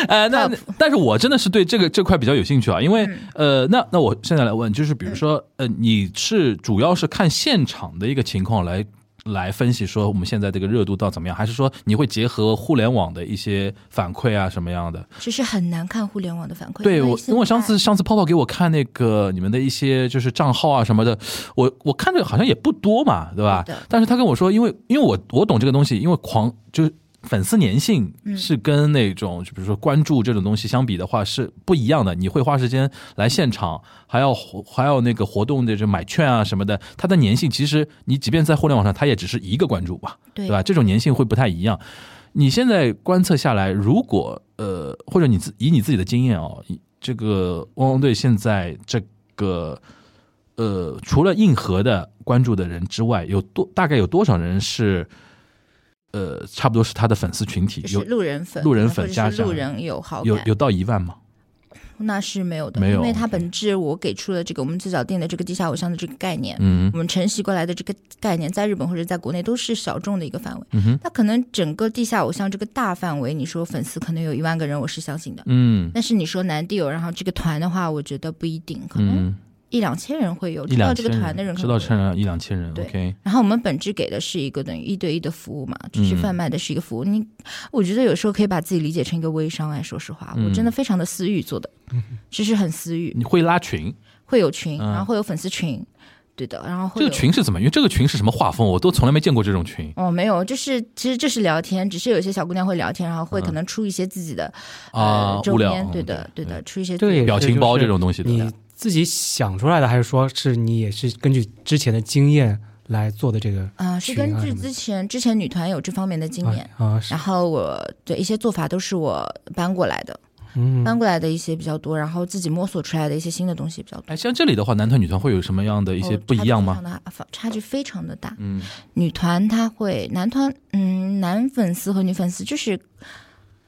呃，那 Top 但是我真的是对这个这块比较有兴趣啊，因为、呃，那那我现在来问，就是比如说，呃，你是主要是看现场的一个情况来来分析说我们现在这个热度到怎么样，还是说你会结合互联网的一些反馈啊什么样的？其实很难看互联网的反馈。对我，现因为我上在次上次泡泡给我看那个你们的一些就是账号啊什么的，我我看着好像也不多嘛，对吧？对的但是他跟我说，因为因为我我懂这个东西，因为狂就是粉丝粘性是跟那种、就比如说关注这种东西相比的话是不一样的，你会花时间来现场，还要活还要那个活动的这买券啊什么的，它的粘性其实你即便在互联网上，它也只是一个关注吧。对对吧？这种粘性会不太一样。你现在观测下来，如果呃，或者你自以你自己的经验哦，以这个汪汪队现在这个呃，除了硬核的关注的人之外，有多大概有多少人是呃，差不多是他的粉丝群体就？有是路人粉，啊路人粉或者加是上路人有好有感，有到一万吗？那是没有的，没有因为它 OK 本质我给出了这个我们最早定的这个地下偶像的这个概念，嗯我们承袭过来的这个概念，在日本或者在国内都是小众的一个范围。嗯哼它可能整个地下偶像这个大范围，你说粉丝可能有一万个人，我是相信的。嗯但是你说男地友，然后这个团的话，我觉得不一定，可能嗯，一两千人会有一知道两这个千团的人，知道这。样一两千人对，OK，然后我们本质给的是一个等于一对一的服务嘛，就是嗯贩卖的是一个服务。你，我觉得有时候可以把自己理解成一个微商哎，说实嗯话，我真的非常的私欲做的，其实很私欲，你会拉群？会有群，嗯然后会有粉丝群，对的，然后会这有个群是怎么？因为这个群是什么画风？我都从来没见过这种群哦，没有，就是其实就是聊天，只是有些小姑娘会聊天，然后会可能出一些自己的、嗯啊呃，周无聊边，，对嗯的，对的，出一些这个自也己的表情包这种东西的你自己想出来的，还是说是你也是根据之前的经验来做的这个啊、是群啊根据什么的之前之前女团有这方面的经哎验，啊啊？是然后我的一些做法都是我搬过来的，嗯，搬过来的一些比较多，然后自己摸索出来的一些新的东西比较多。哎，像这里的话，男团女团会有什么样的一些哦不一样吗？？差距非常的差距非常的大。嗯女团她会，男团，嗯，男粉丝和女粉丝就是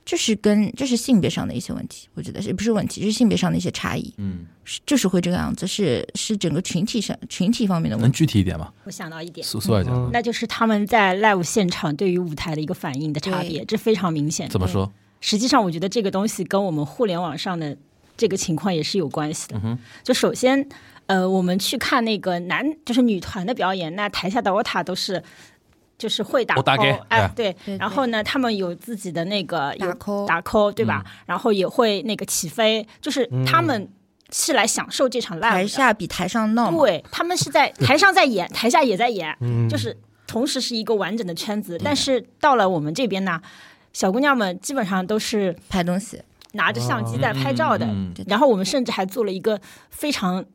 就是跟就是性别上的一些问题，我觉得是不是问题，就是性别上的一些差异，嗯，是就是会这个样子，是是整个群体上群体方面的问能题。具体一点吗？我想到一点，苏苏来讲，嗯那就是他们在 live 现场对于舞台的一个反应的差别，这非常明显。嗯怎么说？实际上，我觉得这个东西跟我们互联网上的这个情况也是有关系的。就首先，呃，我们去看那个男就是女团的表演，那台下的 OTA 都是。就是会打 OTA 扣，哎，对对，然后呢，他们有自己的那个嗯有打 call 打 call，对吧？然后也会那个起飞，就是他们是来享受这场 live 的台下比台上闹嘛，对嗯他们是在台上在演，台下也在演，嗯就是同时是一个完整的圈子。但是到了我们这边呢，小姑娘们基本上都是拍东西，拿着相机在拍照的。嗯对然后我们甚至还做了一个非常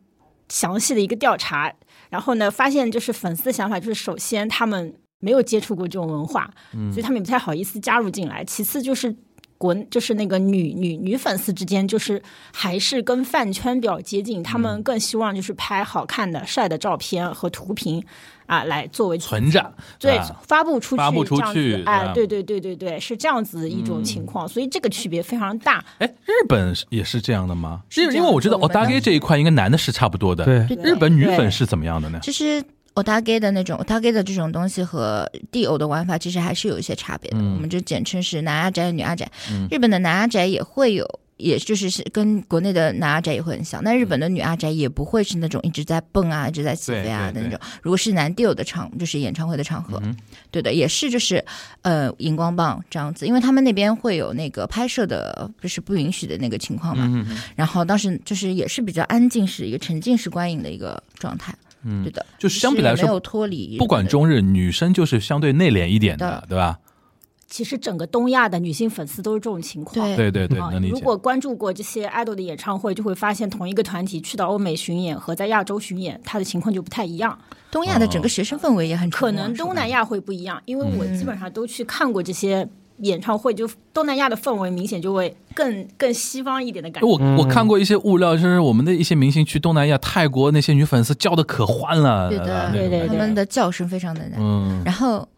详细的一个调查，然后呢，发现就是粉丝的想法就是，首先他们没有接触过这种文化，嗯所以他们也不太好意思加入进来。其次就是。国就是那个女女女粉丝之间，就是还是跟饭圈比较接近，他嗯们更希望就是拍好看的、帅的照片和图评啊，来作为嗯存啊着，对吧，发布出去，发布出这样子去哎嗯，对对对对对，是这样子一种情况，所以这个区别非常大。哎，日本是也是这样的吗？是日这样因为我知道哦我们 Otage 这一块应该男的是差不多的，对对日本女粉是怎么样的呢？其实 otake 的那种 otake 的这种东西和地偶的玩法其实还是有一些差别的，嗯我们就简称是男阿宅、女阿宅。嗯日本的男阿宅也会有，也就是是跟国内的男阿宅也会很像，嗯但日本的女阿宅也不会是那种一直在蹦啊、一直在起对飞啊的对那种。如果是男地偶的场，就是演唱会的场合，嗯对的，也是就是呃荧光棒这样子，因为他们那边会有那个拍摄的，就是不允许的那个情况嘛。嗯嗯然后当时就是也是比较安静式，一个沉浸式观影的一个状态。嗯对的，就相比来没有说，脱离，不管中日，女生就是相对内敛一点的的，对吧？其实整个东亚的女性粉丝都是这种情况。对嗯对对对，啊能理如解。果关注过这些 idol 的演唱会，就会发现同一个团体去到欧美巡演和在亚洲巡演，它的情况就不太一样。东亚的整个学生氛围也很可重要能是吧东南亚会不一样，因为我基本上都去看过这些演唱会，就东南亚的氛围明显就会更更西方一点的感觉。我嗯我看过一些物料，就是我们的一些明星去东南亚、泰国那些女粉丝叫的可欢了，对吧的，呃那种对感他觉们的叫声非常的难。嗯然后，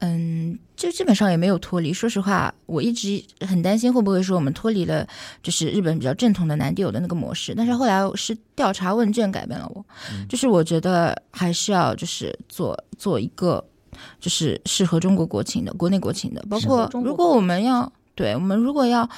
嗯，就基本上也没有脱离。说实话，我一直很担心会不会说我们脱离了就是日本比较正统的男地友的那个模式。但是后来是调查问卷改变了我，嗯就是我觉得还是要就是做做一个就是适合中国国情的国内国情的，包适合括中国如果我们要对我们如果要。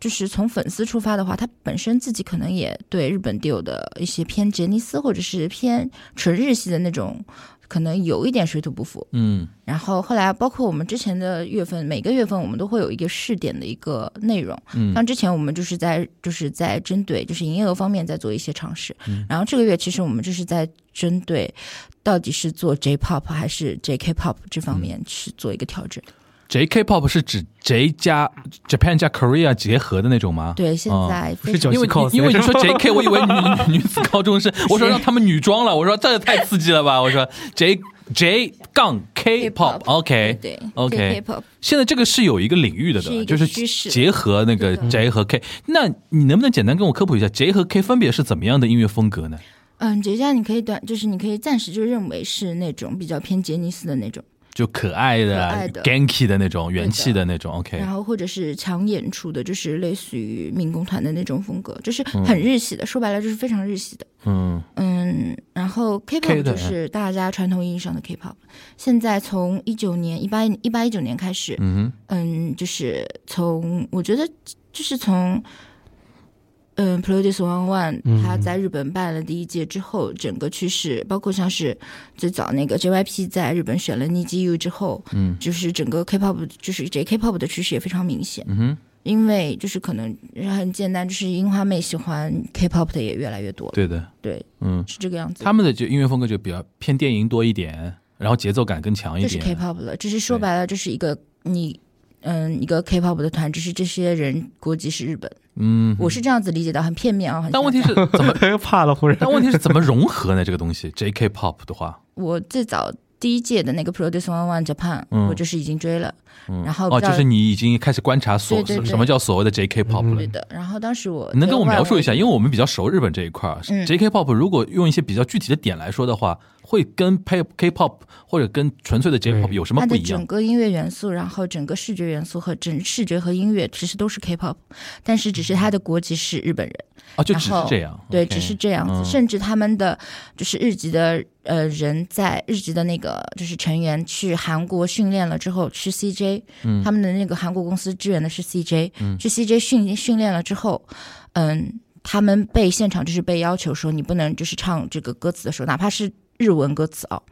就是从粉丝出发的话，他本身自己可能也对日本地友的一些偏杰尼斯或者是偏纯日系的那种，可能有一点水土不服。嗯然后后来包括我们之前的月份，每个月份我们都会有一个试点的一个内容。嗯像之前我们就是在就是在针对就是营业额方面在做一些尝试，嗯然后这个月其实我们就是在针对到底是做 J-pop 还是 JK-pop 这方面去做一个调整。哦，J.K.pop 是指 J 加 Japan 加 Korea 结合的那种吗？对，现哦在非是九常因为七 cos，你因为你说 J.K.，我以为女女子高中生，我说让他们女装了，我说这也太刺激了吧，我说 J J 杠 K-pop K-pop，OK，对 OK ，JK-pop 现在这个是有一个领域的，对是吧？一个就是趋势结合那个 J 和 K，那你能不能简单跟我科普一下 J 和 K 分别是怎么样的音乐风格呢？嗯，杰佳，你可以短，就是你可以暂时就认为是那种比较偏杰尼斯的那种，就可爱的、可爱的 ganky 的那种、元气的那种，OK 然。后或者是强演出的，就是类似于民工团的那种风格，就是很日系的，说白了就是非常日系的。嗯，嗯，然后 K K-pop 的就是大家传统意义上的 K-pop。现在从一九年、一八、一八一九年开始，嗯嗯，就是从我觉得就是从嗯 Produce One 嗯 One 他在日本办了第一届之后，整个趋势包括像是最早那个 JYP 在日本选了 NiziU 之后，嗯，就是整个 K-pop 就是这 K-pop 的趋势也非常明显。嗯哼，因为就是可能很简单，就是樱花妹喜欢 K-pop 的也越来越多了，对的，对，嗯，是这个样子。他们的就音乐风格就比较偏电音多一点，然后节奏感更强一这是点。 K-pop 了，只是说白了，这是一个你嗯一个 K-pop 的团，只是这些人国籍是日本，嗯，我是这样子理解到，很片面啊。很但问题狭是窄，怎 么？怕了忽然但问题是怎么融合呢？这个东西 J.K. pop 的话，我最早第一届的那个 Produce One One Japan，、嗯我就是已经追了，嗯，然后哦，比较就是你已经开始观察所对对对嗯什么叫所谓的 J.K. pop 了对。的。然后当时我你能跟我描述一下？因为为我们比较熟日本这一块儿、啊嗯 j k pop 如果用一些比较具体的点来说的话，会跟 K K-pop 或者跟纯粹的 J-pop 对有什么它不的一样整？个音乐元素，然后整个视觉元素和整视觉和音乐其实都是 K-pop，但是只是它的国籍是日本人。啊，就只是然后这样，嗯对 OK 只是这样子。嗯甚至他们的就是日籍的呃人在日籍的那个就是成员去韩国训练了之后，去 CJ，、他们的那个韩国公司支援的是 CJ，、去 CJ 训训练了之后，嗯，他们被现场就是被要求说你不能就是唱这个歌词的时候，哪怕是。日文歌词哦，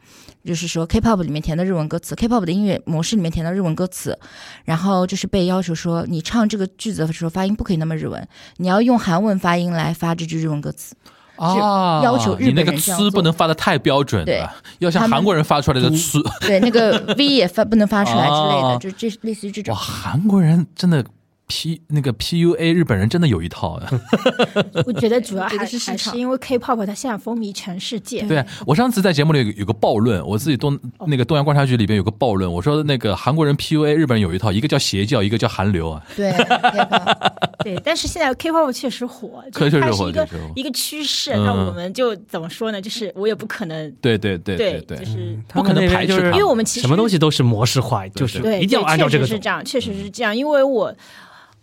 就是说 K-pop 里面填的日文歌词，K-pop 的音乐模式里面填的日文歌词，然后就是被要求说，你唱这个句子的时候发音不可以那么日文，你要用韩文发音来发这句日文歌词。啊，要求日你那本个人这样呲不做能发的太标准对了，要像他们韩国人发出来的呲。对，那个 V 也发不能发出来之类啊的，就这类似于这哇，种。韩国人真的 P 那个 PUA 日本人真的有一套啊的。我觉得主要这个还是市还场是因为 K-pop 它现在风靡全世界，对啊我上次在节目里有有个暴论，我自己东那个东阳观察局里边有个暴论，我说那个韩国人 PUA 日本人有一套，一个叫邪教，一个叫韩流啊。 对，K-pop 对，但确实现在 K-pop 确实火，确就实它火是一个确实火一个趋势。嗯那我们就怎么说呢？就是我也不可能对对对对对就，是不可能排斥 他们那边就是他因为我们其实什么东西都是模式化，就是对，一定要对按照这个确走嗯实是。这样，确实是这样，因为我。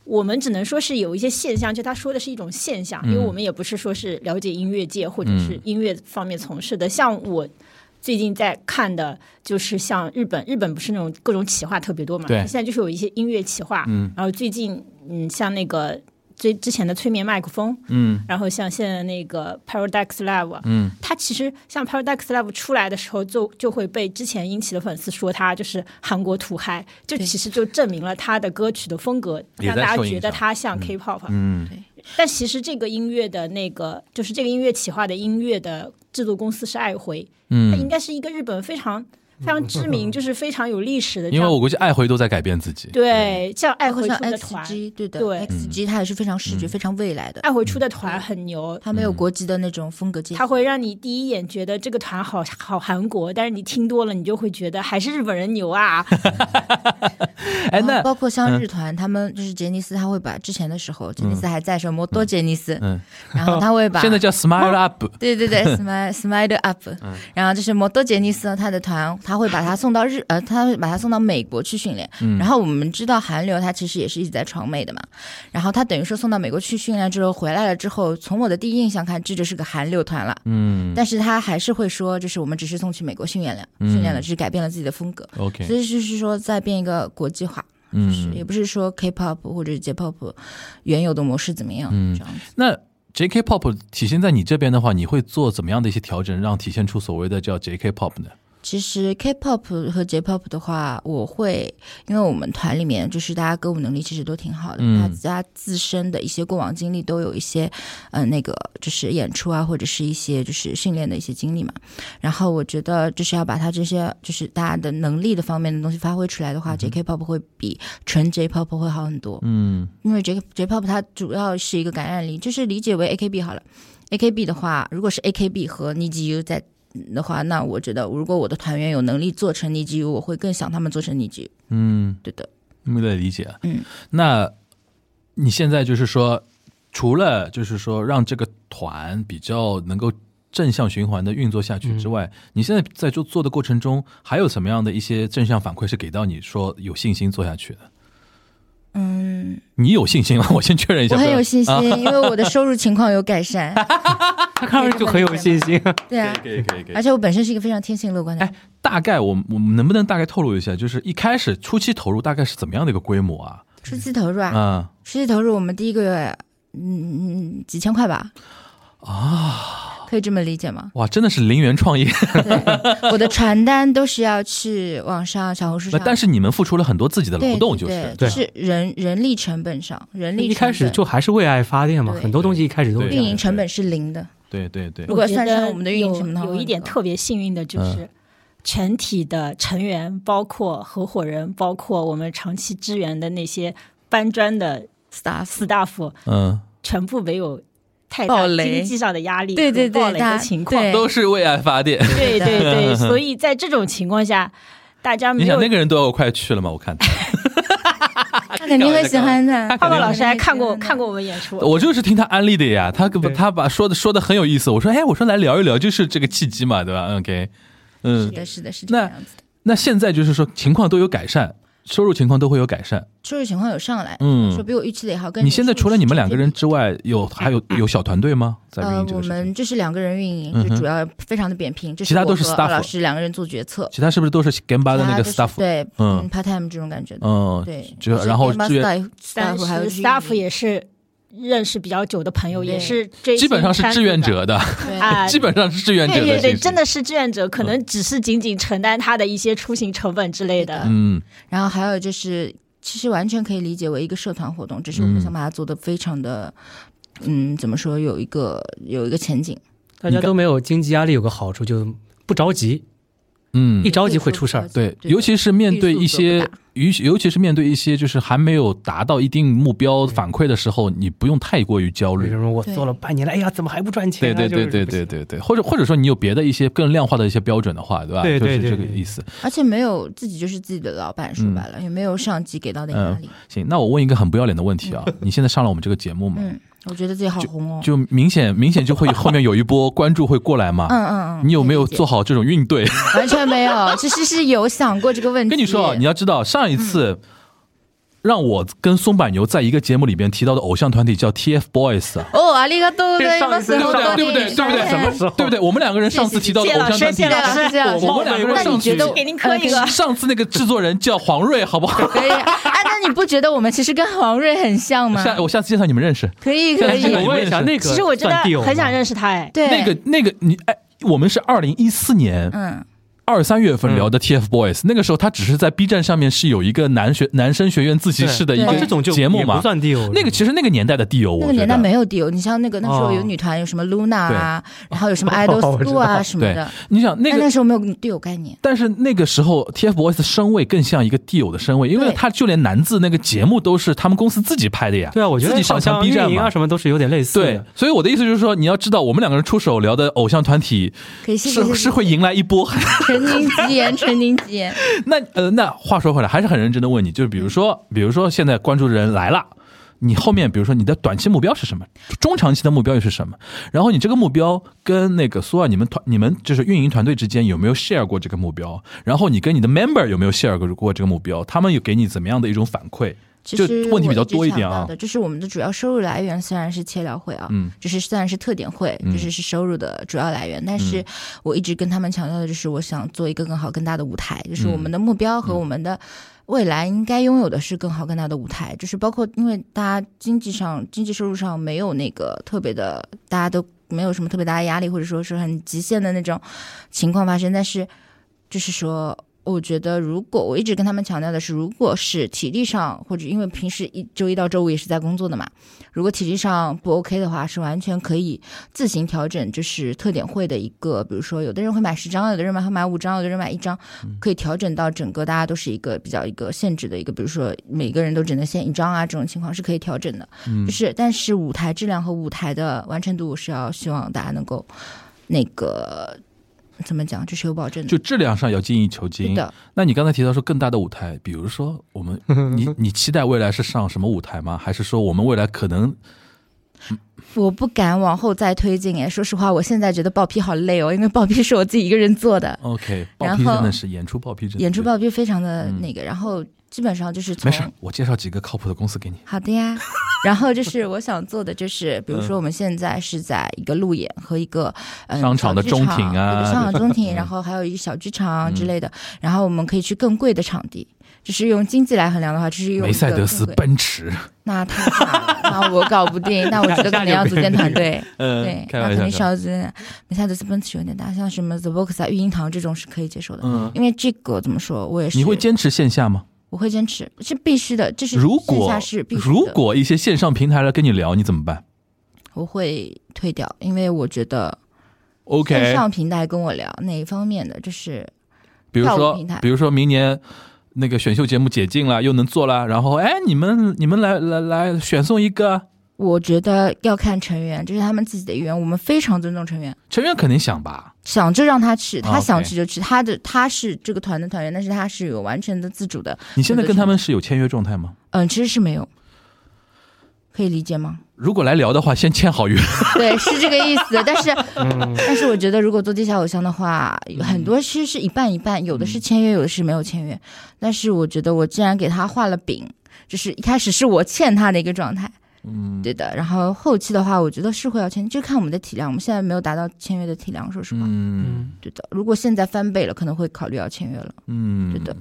我们只能说是有一些现象，就他说的是一种现嗯象，因为我们也不是说是了解音乐界或者是音乐方面从事的。像我最近在看的就是像日本，日本不是那种各种企划特别多嘛，对现在就是有一些音乐企划，嗯然后最近嗯像那个最之前的催眠麦克风，嗯然后像现在那个 Paradox Lab，嗯，它其实像 Paradox Lab 出来的时候就，就会被之前英奇的粉丝说他就是韩国土嗨，就其实就证明了他的歌曲的风格，也让在大受家影觉响得他像 K-pop、啊嗯但其实这个音乐的那个，就是这个音乐企划的音乐的制作公司是爱回，它应嗯，该是一个日本非常非常 知名，就是非常有历史的这因样。为我估计嗯爱回都在改变自己，对像爱或回像出的团， XG 对的对嗯，XG 它也是非常视觉、非常未来的，爱回出的团很牛，它没有国籍的那种风格界嗯它限。会让你第一眼觉得这个团好好韩国，但是你听多了，你就会觉得还是日本人牛啊。哎，然后那嗯包括像日团，他们就是杰尼斯，他会把之前的时候，杰尼斯还在的时候，摩多杰尼斯，嗯然后他会把 现在叫 Smile Up，对对 对，smile smile up，、然嗯后就是摩多杰尼斯呢他的团，他会把他送到日呃，他会把他送到美国去训练。嗯然后我们知道韩流他其实也是一直在闯美的嘛，然后他等于说送到美国去训练之后回来了之后，从我的第一印象看，这就是个韩流团了。嗯但是他还是会说，就是我们只是送去美国训练了，训练了，只是改变了自己的风格，所，OK，以就是说再变一个国际化。就是也嗯，不是说 K-pop 或者 J-pop 原有的模式怎么样，嗯这样子。那 J.K. Pop 体现在你这边的话，你会做怎么样的一些调整，让体现出所谓的叫 J.K. Pop 呢？其实 K-pop 和 J-pop 的话，我会因为我们团里面就是大家歌舞能力其实都挺好的，嗯大家自身的一些过往经历都有一些，嗯、那个就是演出啊，或者是一些就是训练的一些经历嘛。然后我觉得就是要把它这些就是大家的能力的方面的东西发挥出来的话、j k p o p 会比纯 J-pop 会好很多，嗯因为 J J-pop 它主要是一个感染力，就是理解为 AKB 好了。AKB 的话，如果是 AKB 和 NiziU 在的话，那我觉得如果我的团员有能力做成 NiziU，我会更想他们做成 NiziU。嗯，对的，没得理解。啊嗯，那你现在就是说，除了就是说让这个团比较能够正向循环的运作下去之外，你现在在做做的过程中，还有什么样的一些正向反馈是给到你说有信心做下去的？嗯，你有信心吗？我先确认一下。我不很要有信心， 因为我的收入情况有改善。他看上去就很有信心。对啊，可以可以可以。而且我本身是一个非常天性乐观的人。哎，大概我们我们能不能大概透露一下，就是一开始初期投入大概是怎么样的一个规模啊？初期投入啊，嗯，？初期投入我们第一个月，嗯嗯几千块吧。啊，可以这么理解吗哇，真的是零元创业，我的传单都是要去网上、小红书上。但是你们付出了很多自己的劳对动，对就是对对就是人人力成本上，人力一开成始本就还是为爱发电嘛，对很多东西一开始都是对这运样营成本是零的，对对对如果我觉算得上我们的运营什么的话有有一点特别幸运的嗯就是，全体的成员，包括合伙人，包括我们长期支援的那些搬砖的 staff。 staff，嗯，全部没有太暴大雷经济上的压力，对对对暴雷大的家情况，对都是为爱发电。对 对对，所以在这种情况下，大家没你有想那个人都要快去了嘛？我看他，他肯定会喜欢的。他泡肯泡定老师还看过肯定会喜欢的看过我们演出，我就是听他安利的呀。他跟对他把说的说的很有意思。我说，哎，我说来聊一聊，就是这个契机嘛，对吧嗯？OK，是嗯，的，是的，是这那个样子的。那现在就是说情况都有改善，收入情况都会有改善。收入情况有上来，说嗯，比我预期的也好。跟你现在除了你们两个人收之外，有还有有小团队吗？在运入是营这个成正比，呃，我事情，们就是两个人运营，嗯哼就主要非常的扁平，就是其他都是我和 staff 老师两个人做决策，其他是不是都是 Gamba 的那个其 staff？他都是对，嗯嗯，part time 这种感觉的，嗯，对。就然后支援 staff 但 staff 还有是去 staff 运营也是认识比较久的朋友，对也是追基本上是星志愿者的，，对啊基本上是志愿者对对对，性质真的是志愿者，可嗯能只是仅仅承担他的一些出行成本之类的。嗯然后还有就是，其实完全可以理解为一个社团活动，只是我嗯们想把它做的非常的，嗯怎么说，有一个有一个前景，大家都没有经济压力，有个好处就不着急，嗯一，着急会出事儿。对，尤其是面对一欲速些则，尤其尤其是面对一些就是还没有达到一定目标反馈的时候，你不用太过于焦为虑什。么我对做了半年了，哎呀，怎么还不赚钱对对啊？对就是对不行对对对，或者或者说你有别的一些更量化的一些标准的话，对吧？对对就是对这个对意思。而且没有自己就是自己的老板，说白嗯了、也没有上级给到的压力。行，那我问一个很不要脸的问 题啊，你现在上了我们这个节目嘛，嗯我觉得自己好红哦。就明显明显就会后面有一波关注会过来嘛。嗯嗯嗯，你有没有可以理解做？好这种应对？完全没有，其实是有想过这个问题。啊跟你说，你要知道，上一次让我跟松柏牛在一个节目里边提到的偶像团体叫 TFBOYS 啊。哦，阿里嘎多，上次对不对？对不对？对不对？什么时候对不对？我们两个人上次提到的偶像团体，谢谢老师哎谢谢老师我们两个人那你上觉去得，给您磕一个呃上次那个制作人叫黄瑞，好不好？可以哎，那你不觉得我们其实跟黄瑞很像吗？下我下次介绍你们认识。可以下可次这个以，我问一下那个，其实我真的很想认识他哎，对那个那个你哎，我们是二零一四年嗯二三月份聊的 TFBOYS，那个时候他只是在 B 站上面是有一个男学男生学院自习室的一对个哦嗯这种就节目也不嘛。算 deal，那个其实那个年代的 D 友，我那个觉年代得哦没有 deal，你像那个那时候有女团，有什么 Luna 啊，然后有什么 Idol 我知道 School 啊什么对的，。你想那但个那时候没有 deal 概念，但是那个时候，TFBOYS 身位更像一个 D 友的身位，因为对他就连男字那个节目都是他们公司自己拍的呀。 对啊，我觉自得己上好传像 B 站运营嘛啊。什么都是有点类似对的。，所以我的意思就是说，你要知道，我们两个人出手聊的偶像团体可以谢谢是是会迎来一波。陈宁吉言，陈宁吉 言，那呃，那话说回来，还是很认真的问你，就是比如说，嗯比如说现在关注的人来了。你后面，比如说你的短期目标是什么，中长期的目标又是什么？然后你这个目标跟那个苏尔，你们团、你们就是运营团队之间有没有 share 过这个目标？然后你跟你的 member 有没有 share 过过这个目标？他们有给你怎么样的一种反馈？其就实问题比较我直多一想点啊到的，就是我们的主要收入来源虽然是切聊会啊，嗯，就是虽然是特点会，嗯就是是收入的主要来源，但是我一直跟他们强调的就是，我想做一个更好、更大的舞台，就是我们的目标和我们的未来应该拥有的是更好、更大的舞台，就是包括因为大家经济上、经济收入上没有那个特别的，大家都没有什么特别大的压力，或者说是很极限的那种情况发生，但是就是说。我觉得，如果我一直跟他们强调的是，如果是体力上或者因为平时一周一到周五也是在工作的嘛，如果体力上不 OK 的话，是完全可以自行调整，就是特点会的一个，比如说有的人会买十张，有的人买会买五张，有的人买一张，可以调整到整个大家都是一个比较一个限制的一个，比如说每个人都只能限一张啊，这种情况是可以调整的。就是但是舞台质量和舞台的完成度是要希望大家能够那个怎么讲，这是有保证的。就质量上要精益求精是。的，那你刚才提到说更大的舞台，比如说我 们，你你期待未来是上什么舞台吗？还是说我们未来可能我不敢往后再推进哎。说实话，我现在觉得报批好累哦，因为报批是我自己一个人做的。 OK 然爆后批真的是演出爆批真的是嗯演出报批非常的那个，然后基本上就是从没事儿，我介绍几个靠谱的公司给你。好的 呀，然后就是我想做的就是，嗯比如说我们现在是在一个路演和一个、嗯、商场的小剧场中庭啊嗯对商场中 庭，然后还有一个小剧场之类的，然后我们可以去更贵的场地。就是用经济来衡量的话，就是用梅赛德斯一个更贵奔驰， 那太大了，那我搞不定，那我觉得可能要组建团 队，对嗯，那肯定是要组建。梅赛德斯奔驰有点大，像什么 The Box 啊、育婴堂这种是可以接受的，嗯，因为这个怎么说，我也是你会坚持线下吗？我会坚持，是必须的，这是如线果下是必须的。如果一些线上平台来跟你聊，你怎么办我会退掉，因为我觉得线？OK，上平台跟我聊哪一方面的，就是比如跳说舞平台，比如说明年那个选秀节目解禁了，又能做了，然后哎，你们你们来来来选送一个我觉得要看成员，这是他们自己的意愿，我们非常尊重成员，成员，肯定想吧？想就让他去，啊他，OK 想去就去，他的他是这个团的团员，但是他是有完全的自主的，你现在跟他们是有签约状态吗？嗯，其实是没有，可以理解吗？如果来聊的话，先签好约。 对，是这个意思。但是，嗯但是我觉得，如果做地下偶像的话，有很多其实是一半一半，有的是签约，有的是没有签约。但是我觉得，我既然给他画了饼，就是一开始是我欠他的一个状态， 嗯，对的。然后后期的话，我觉得是会要签，就看我们的体量。我们现在没有达到签约的体量，说实话，嗯对的。如果现在翻倍了，可能会考虑要签约了，嗯，对的，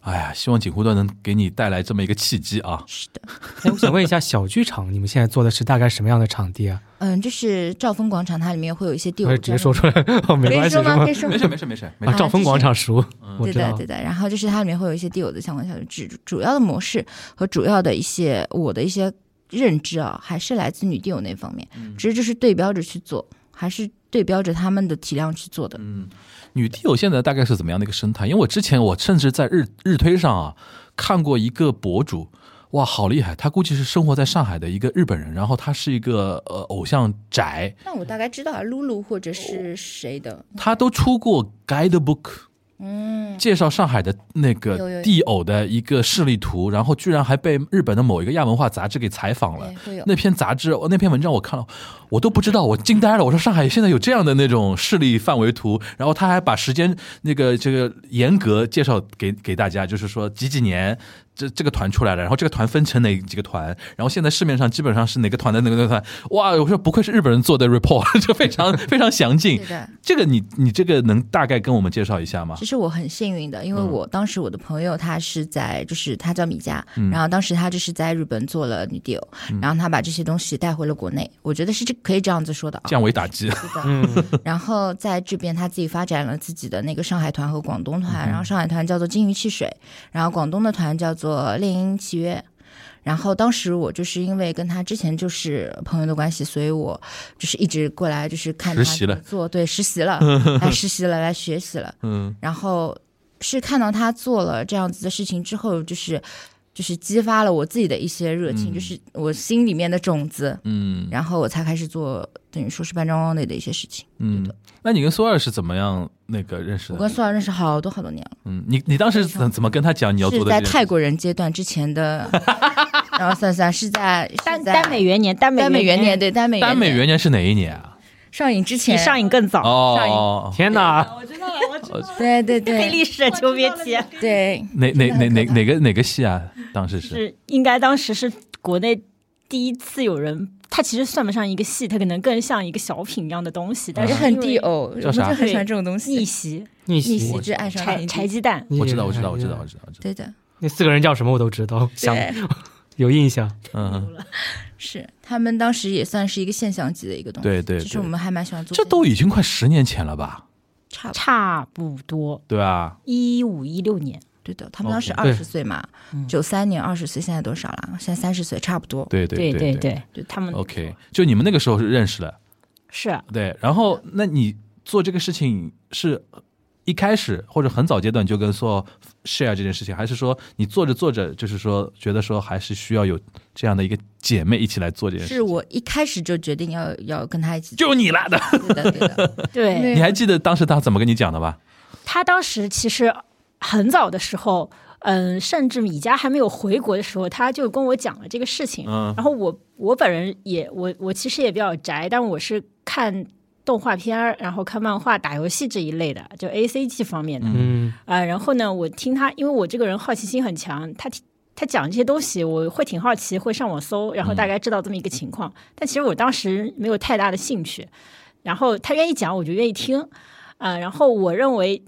哎呀，希望锦湖段能给你带来这么一个契机啊！是的。哎，我想问一下，小剧场你们现在做的是大概什么样的场地啊？嗯，就是兆丰广场，它里面会有一些地我友，直接说出来，哦，没可关系，以是说吗？吗可以？说吗没事没事没事没啊，事，啊兆丰就是广场熟，我对知道的，。对的。然后就是它里面会有一些地有的相关小主主要的模式和主要的一些我的一些认知啊，还是来自女地友那方面，嗯只是就是对标着去做，还是对标着他们的体量去做嗯的。嗯女帝友现在大概是怎么样的一个生态？因为我之前我甚至在日日推上啊看过一个博主，哇，好厉害！他估计是生活在上海的一个日本人，然后他是一个呃偶像宅，那我大概知道啊，露露或者是谁哦的，他都出过 guidebook，嗯，介绍上海的那有有个有地偶的一个示例图，然哎后居然还被日本的某一个亚文化杂志给采访了对会有。那篇杂志，那篇文章我看了，我都不知道，我惊呆了。我说上海现在有这样的那种视力范围图，然后他还把时间那个这个严格介绍给给大家，就是说几几年。这这个团出来了，然后这个团分成哪几个团，然后现在市面上基本上是哪个团的哪个团，哇！我说不愧是日本人做的 report，就 非常非常详尽是。的，这个你你这个能大概跟我们介绍一下吗其？实我很幸运的，因为嗯我当时我的朋友他是在，就是他叫米佳，嗯然后当时他就是在日本做了女 deal，、然后他把这些东西带回了国内，我觉得是这可以这样子说的啊。降维打击，是的，嗯然后在这边他自己发展了自己的那个上海团和广东嗯团，然后上海团叫做金鱼汽水，然后广东的团叫做猎鹰契约。然后当时我就是因为跟他之前就是朋友的关系，所以我就是一直过来就是看他实习了怎么做，对，实 习了，来实习了，来学习了。嗯，然后是看到他做了这样子的事情之后，就是就是激发了我自己的一些热情，嗯就是我心里面的种子，嗯然后我才开始做等于说是半张网内的一些事情。嗯。那你跟苏二是怎么样那个认识我的跟？苏尔认识好多好多年了，嗯，你你当时怎怎么跟他讲你要是做的在这件事？泰国人阶段之前的， 然后算算是在耽是在耽美元年，耽美耽美元年，对耽美耽美元年是哪一年啊？上映之比前上映更早。上一哦，天哪，对对 黑对历史，求别提，对哪哪哪哪真的很可怕哪个哪个戏啊？当时是是应该当时是国内第一次有人，它其实算不上一个戏，它可能更像一个小品一样的东西，但也嗯是很因为地偶，我们叫就啥很喜欢这种东逆西。袭、逆逆袭袭！之爱上柴你，柴鸡蛋，逆袭我知道我知道我知道我知道我知道，对的，那四个人叫什么我都知道，想对有印象。嗯，是他们当时也算是一个现象级的一个东西。对对其实对我，们还蛮喜欢做这都已经快十年前了吧？差不多。差不多对啊，一五一六年。对的，他们当时哦 OK 二十岁嘛，九三年二十岁，现在多少了？现在三十岁，差不多。嗯对对对哦对，他们 OK，就你们那个时候是认识的，是啊 对。然后，那你做这个事情是一开始或者很早阶段就跟说 share 这件事情，还是说你做着做着就是说觉得说还是需要有这样的一个姐妹一起来做这件事是情？我一开始就决定要要跟他一 起做就你啦的，的，对的，对因为你还记得当时他怎么跟你讲的吧？他当时其实很早的时候，嗯，甚至米家还没有回国的时候，他就跟我讲了这个事情。嗯然后我我本人也我我其实也比较宅，但我是看动画片儿，然后看漫画、打游戏这一类的，就 A C G 方面的。嗯，啊，然后呢，我听他，因为我这个人好奇心很强，他提他讲这些东西，我会挺好奇，会上网搜，然后大概知道这么一个情况。但其实我当时没有太大的兴趣，然后他愿意讲，我就愿意听，啊、然后我认为。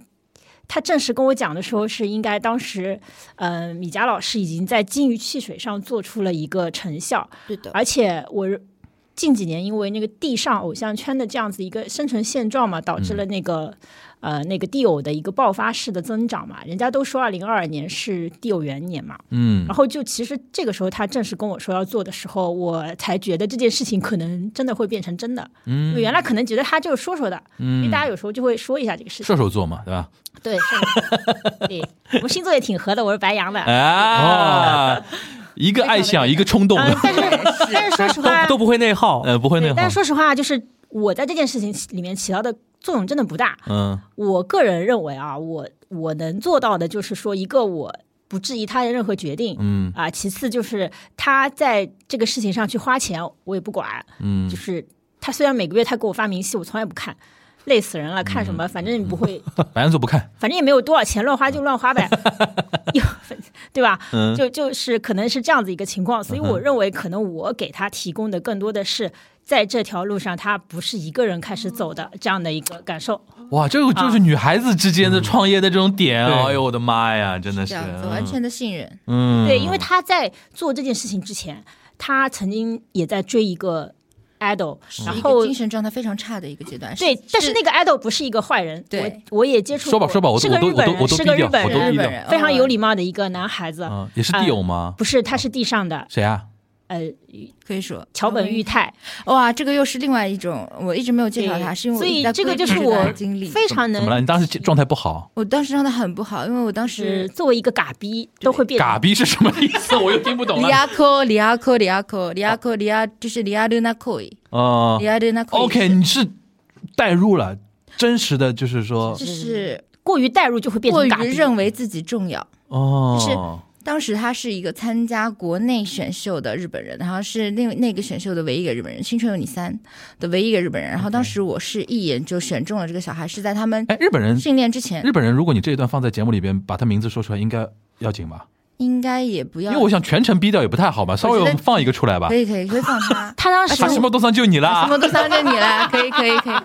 他正式跟我讲的时候，是应该当时，嗯、米佳老师已经在金鱼汽水上做出了一个成效，对的，而且我近几年因为那个地上偶像圈的这样子一个生成现状嘛，导致嗯了那个、呃那个地偶的一个爆发式的增长嘛。人家都说二零二二年是地偶元年嘛，嗯然后就其实这个时候他正式跟我说要做的时候，我才觉得这件事情可能真的会变成真的。嗯因为原来可能觉得他就是说说的，因为嗯大，家有时候就会说一下这个事情。射手座嘛，对吧？对， 对，我们星座也挺合的，我是白羊的。哎啊，一个爱想，一个冲动，嗯，但是但是说实话，嗯都不会内耗。呃，不会对内但耗是，说实话，就是我在这件事情里面起到的作用真的不大。嗯我个人认为啊，我我能做到的就是说，一个我不质疑他的任何决定。嗯啊，其次就是他在这个事情上去花钱，我也不管。嗯就，是他虽然每个月他给我发明细，我从来不看，累死人了，嗯看什么？反正不会，白羊座不看，反正也没有多少钱，乱花就乱 花呗，有 对吧？嗯就就是可能是这样子一个情况，所以我认为可能我给他提供的更多的是在这条路上他不是一个人开始走的这样的一个感受。哇，这个就是女孩子之嗯间的创业的这种点嗯啊！对哎呦，我的妈呀，真的这是，样子完全的信任，嗯，对，因为他在做这件事情之前，他曾经也在追一个 idol，是然一后个精神状态非常差的一个阶段。对，但是那个 idol 不是一个坏人，对我我也接触说吧过，说吧，我是都个我都日我都本我人，都是低调，个日我本都日低本调，人哦非常有礼貌，貌的一个呃男孩子，嗯，也是地友吗？不是，他是地上的，谁啊？呃，可以说桥本裕太，哇，这个又是另外一种，我一直没有介绍他，对是因为我所一以直在这个规就是避这段我经历。非常怎么了？能。你当时状态不好，我当时状态很不好，因为我当是时作为一个嘎逼，都会变成嘎逼是什么意思？我又听不懂里了。亚科里亚科里亚科里亚科里亚就是里亚六那科里哦亚六那科 OK，你是代入了，真实的就是说就，是过于代入就会变过成嘎逼。。于认为自己重要。哦，就是当时他是一个参加国内选秀的日本人，然后是那那个选秀的唯一一个日本人，《青春有你三》的唯一一个日本人。然后当时我是一眼就选中了这个小孩，是在他们哎，日本人，训练之前，日本人，如果你这一段放在节目里边，把他名字说出来，应该要紧吧？应该也不要。因为我想全程逼掉也不太好吧，稍微我们放一个出来吧可。以可以可以放他 他当时 哈西莫多桑就你哈啦西！莫多桑就你了，可以可以可以可以。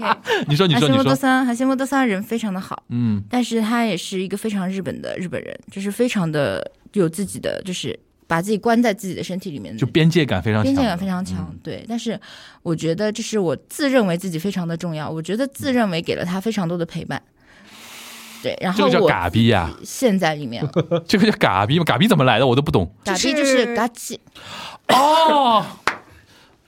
你啊 说，你哈说，西你莫多说，桑，哈西莫多桑人非常的好，嗯，但是他也是一个非常日本的日本人，就是非常的有自己的，就是把自己关在自己的身体里面的就边界感非常强，嗯边界感非常强，对。但是我觉得这是我自认为自己非常的重要，我觉得嗯自认为给了他非常多的陪伴，对。然这后个叫我嘎逼 呀，现在 里面，这个叫嘎逼吗？嘎逼怎么来的？我都不 懂。打的就就是是嘎叽，哦，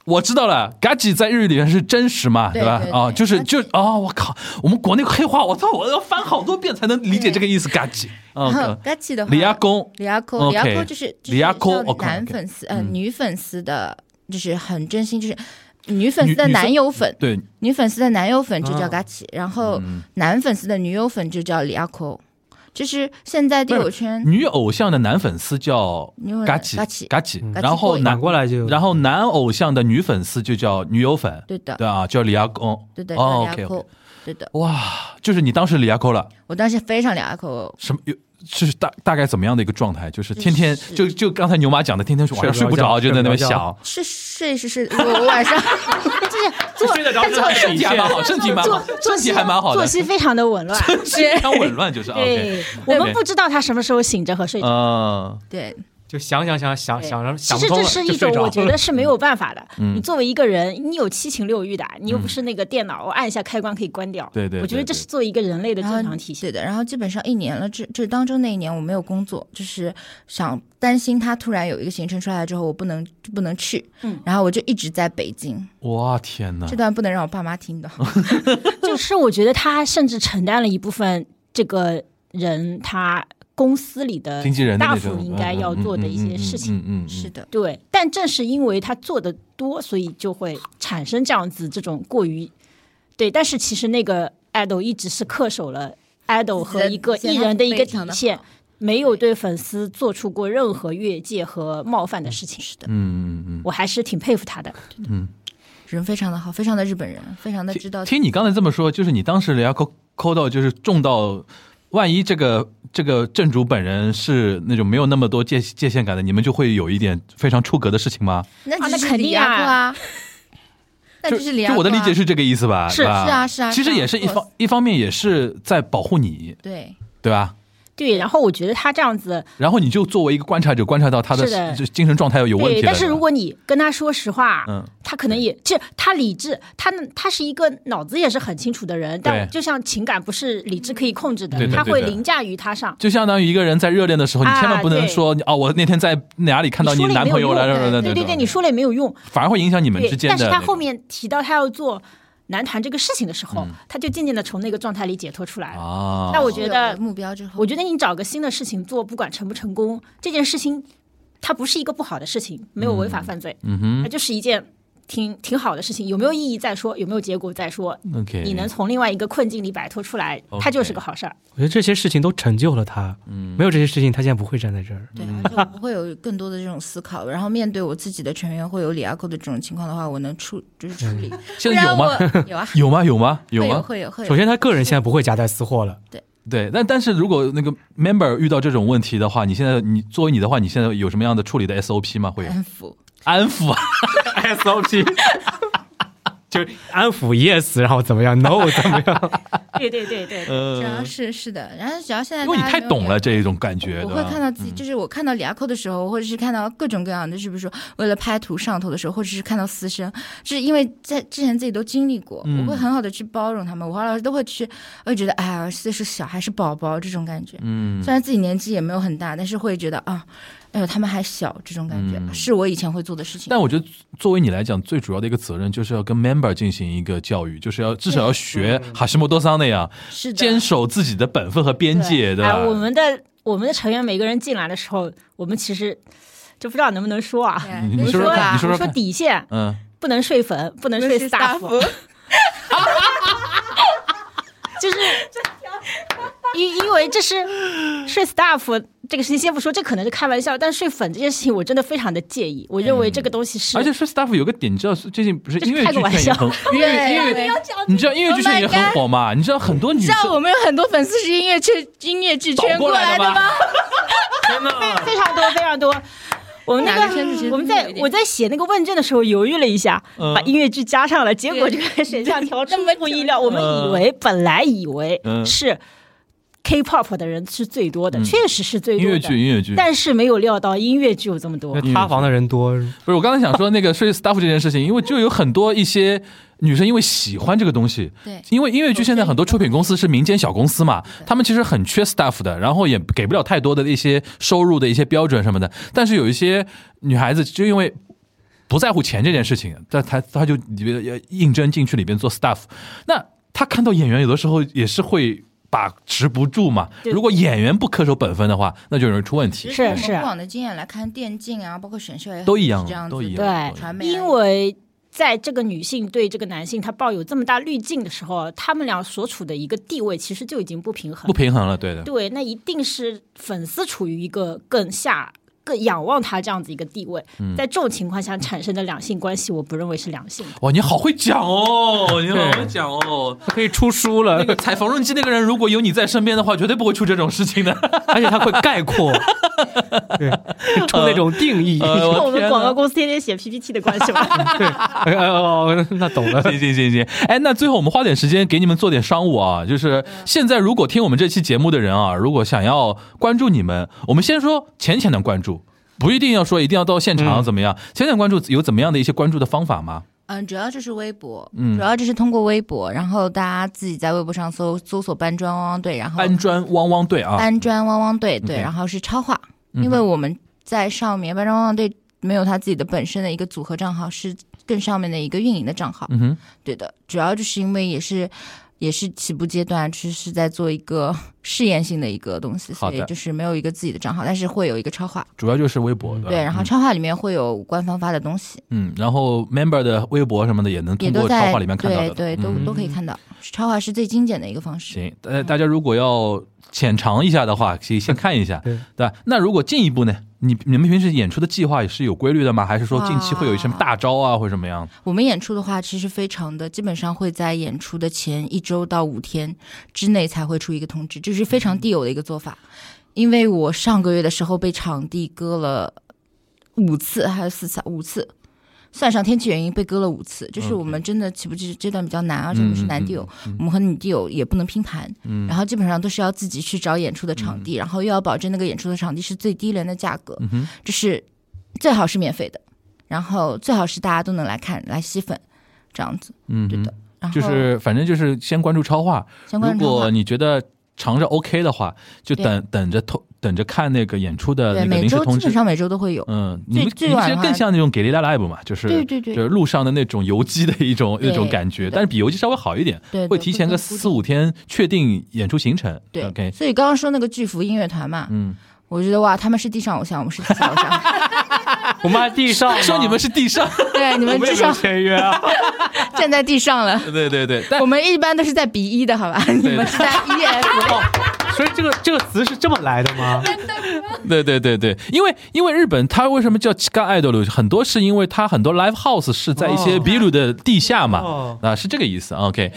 我知道了，嘎叽在日语里面是真实嘛，对吧对？对啊，就是嘎叽就啊，我靠，我们国内黑话，我操，我要翻好多遍才能理解这个意思，嘎叽。然后嗯，嘎叽的话，李亚公，李亚扣， OK 李亚扣就是就是李亚扣像 OK，OK 男粉丝呃嗯女粉丝的，就是很真心，就是女粉女丝的女粉男友粉，对，女粉丝的男友粉就叫啊嘎奇，然后嗯男粉丝的女友粉就叫李亚扣，就是现在第不是九圈女偶像的男粉丝叫女友嘎粉叽嘎奇，嘎叽，嘎叽然后 boy 男反过来就然后男偶像的女粉丝就叫女友粉，对的对啊，叫李亚公，对的，哦叫李，OK，OK 亚扣，对的，哇，就是你当时李亚公了，我当时非常李亚扣，什么有？就是大大概怎么样的一个状态？就是天天是就就刚才牛妈讲的，天天晚上睡睡不不着着，觉就在那边睡不着想觉，是睡是睡，我我晚上 就是睡得着是在身体还蛮好，身体蛮好，身作体息还蛮好作的，息非常的紊乱。非常紊乱，就是 OK。对，我们不知道他什么时候醒着和睡着。嗯，对就想想想想想着其想不通实这了，是就一睡种着我觉了得是没有办法的。 嗯你作为一个人，你有七情六欲的，你又嗯不是那个电脑，我按一下开关可以关掉。对对对我觉得这是作为一个人类的然正后常体现。对的，然后基本上一年了，这这当中那一年我没有工作，就是想担心他突然有一个行程出来之后，我不能不能去，嗯啊然后我就一直在北京，哇天哪这！段不能让我爸妈听到，嗯就是我觉得他甚至承担了一部分这个人他公司里的经纪人的大那夫种应该要做的一些事嗯情。嗯嗯嗯嗯嗯嗯嗯嗯 是的。对，但正是因为他做的多，所以就会产生这样子这种过于对。但是其实那个 idol 一直是恪守了 idol 和一个艺人的一个底线，没有对粉丝做出过任何越界和冒犯的事情。是的，嗯嗯嗯。我还是挺佩服他的。人非常的好，非常的日本人，非常的知道。听你刚才这么说，就是你当时人家抠抠到就是重到，万一这个这个正主本人是那种没有那么多界界限感的，你们就会有一点非常出格的事情吗？那啊就那是肯李定亚啊库啊， 那就就是李亚库啊。我的理解是这个意思吧？是对吧是啊是啊其实是啊也是一 of 方一方面也是在保护你，对，对吧？对，然后我觉得他这样子然后你就作为一个观察者，观察到他的是的这精神状态有问题对，了。但是如吧果你跟他说实话，嗯他可能也这他理智，他他是一个脑子也是很清楚的人，但对就像情感不是理智可以控制的对，的他对会的凌驾于他上。就相当于一个人在热恋的时候，你啊千万不能说哦，我那天在哪里看到你你说了也男没有朋友了，用对对对对对，你说了也没有用。反而会影响你们之对，间但的是那他个。嗯后面提到他要做男团这个事情的时候，他就渐渐的从那个状态里解脱出来了。啊，那我有觉了得，目标之后，我觉得你找个新的事情做，不管成不成功，这件事情它不是一个不好的事情，没有违法犯罪，嗯哼它就是一件挺挺好的事情。有没有意义再说，有没有结果再说， ，OK，你能从另外一个困境里摆脱出来，它就是个好事儿。 我觉得这些事情都成就了他，嗯没有这些事情他现在不会站在这儿。对，而且我不会有更多的这种思考。然后面对我自己的成员会有李亚库的这种情况的话，我能处就是处理。现嗯在有吗？不然我？有啊， 有吗？有吗？有会有吗？会有会首有。先，他个人现在不会夹带私货了，对，但但是如果那个 member 遇到这种问题的话，你现在你作为你的话，你现在有什么样的处理的 SOP 吗？会有安抚，安抚啊， SOP，就是安抚 yes，然后怎 么样 no 怎么样？对对对对，嗯只要是是的，然后只要现在因为你大家太没有懂改了这一种感觉，嗯我对会吧？看到自己，就是我看到李亚扣的时候，或者是看到各种各样的，是不是说为了拍图上头的时候，或者是看到私生，就是因为在之前自己都经历过，嗯我会很好的去包容他们，我和老师都会去，会觉得哎呀，就是小孩是宝宝这种感觉，嗯虽然自己年纪也没有很大，但是会觉得啊，哎呦他们还小这种感觉，嗯是我以前会做的事情。但我觉得作为你来讲，最主要的一个责任就是要跟 member 进行一个教育，就是要至少要学嗯哈希莫多桑那样是坚的，守自己的本分和边界，对哎，吧？我们的我们的成员每个人进来的时候，我们其实就不知道能不能说啊。对你比如说说说看啊你说说说看底线嗯，不能睡粉，不能不睡是 staff，就是因因为这是睡 staff 这个事情先不说，这可能是开玩笑，但睡粉这件事情我真的非常的介意，我认为这个东西是，而且 s t a f f 有个点，你知道最近不是这是音乐开剧个玩圈也笑很， 音乐音乐，你知道音乐剧圈，Oh 也很火嘛？你知道很多女知生道我们有很多粉丝是音乐圈音乐剧倒圈过来来的吗？天啊哪！非常多非 常多。我们那哪个圈子其实个，我们都有在一点我在写那个问卷的时候犹豫了一下，嗯把音乐剧加上了，结果这个选项 调出乎意料。我们以为本来以为嗯是 K-pop 的人是最多的，嗯确实是最音多乐剧的，音乐剧，但是没有料到音乐剧有这么多那。塌房的人多，不是，我刚才想说那个睡 staff 这件事情，因为就有很多一些女生因为喜欢这个东西，对因为音乐剧现在哦很多出品公司是民间小公司嘛，他们其实很缺 staff 的，然后也给不了太多的一些收入的一些标准什么的，但是有一些女孩子就因为。不在乎钱这件事情，但她她就里边要应征进去里边做 staff，那她看到演员有的时候也是会把持不住嘛。对如果演员不恪守本分的话，那就容易出问题。是从是过往的经验来看，电竞啊，包括选秀也好都一样是这样子都一样对传媒啊因为在这个女性对这个男性他抱有这么大滤镜的时候，他们俩所处的一个地位其实就已经不平衡不。平衡了，对的。对，那一定是粉丝处于一个更下、更仰望他这样子一个地位，嗯在这种情况下产生的两性关系，我不认为是良性的。哇，你好会讲 哦，你好会讲哦。可以出书 了那，个踩缝纫机那个人，如果有你在身边的话，绝对不会出这种事情的。而且他会概括， 对，出那种定义。呃我跟我们天广哪告公司天天写 PPT 的关 系吧。哎哎哦，那懂了。行行行行，哎，那最后我们花点时间给你们做点商务啊，嗯就是现在如果听我们这期节目的人啊，如果想要关注你们，我们先说浅浅的关注，不一定要说一定要到现场怎么样，浅浅关注有怎么样的一些关注的方法吗？嗯，主要就是微博，嗯主要就是通过微博，然后大家自己在微博上搜搜索“搬砖汪汪队”，然后搬砖汪汪队啊，搬砖汪汪队，对， OK 然后是超话，嗯哼因为我们在上面搬砖汪汪队没有他自己的本身的一个组合账号，是更上面的一个运营的账号，嗯哼，对的，主要就是因为也是。也是起步阶段，其实是在做一个试验性的一个东西，好所的以就是没有一个自己的账号，但是会有一个超话，主要就是微博吧嗯对，然后超话里面会有官方发的东西，嗯，然后 member 的微博什么的也能也通都过在超话里面看到的，对对，都、嗯都可以看到，超话是最精简的一个方式。行，呃，大家如果要浅尝一下的话，可以先看一下，对对吧？那如果进一步呢？你你们平时演出的计划也是有规律的吗？还是说近期会有什么大招啊，或者什么样？我们演出的话，其实非常的，基本上会在演出的前一周到五天之内才会出一个通知，这是非常地有的一个做法。因为我上个月的时候被场地割了五次，还有四次，五次。算上天气原因被割了五次，就是我们真的起步阶阶段比较难，而且我们是男队友，我们和女队友也不能拼盘，然后基本上都是要自己去找演出的场地，然后又要保证那个演出的场地是最低廉的价格，哼就是最好是免费的，然后最好是大家都能来看来吸粉，这样子，嗯，对的。然后就是反正就是先关注超话，相关如的话果你觉得尝着 OK 的话，就对等等着通等着看那个演出的对那个每临时周通基本知。上每周都会有，嗯，你最们最你们晚其实的更话像那种给力拉 live 嘛，就是对对对就是路上的那种游击的一种一种对感觉，对但是比游击稍微好一点，对对会提前个会更固定四五天确定演出行程。对 o k 所以刚刚说那个巨幅音乐团嘛，嗯，我觉得哇，他们是地上偶像，我们是地 下偶像，我们按地啊上吗说你们是地 上，对，你们我也至没少有签约啊，站在地上了。对对对，但我们一般都是在 B 一的，好吧？你们是在 E F，所以这个这个词是这么来的吗？对对对对，因为因为日本它为什么叫 Chica Idol，很多是因为它很多 live house 是在一些哦 b i l 的地下嘛，哦啊是这个意思。OK，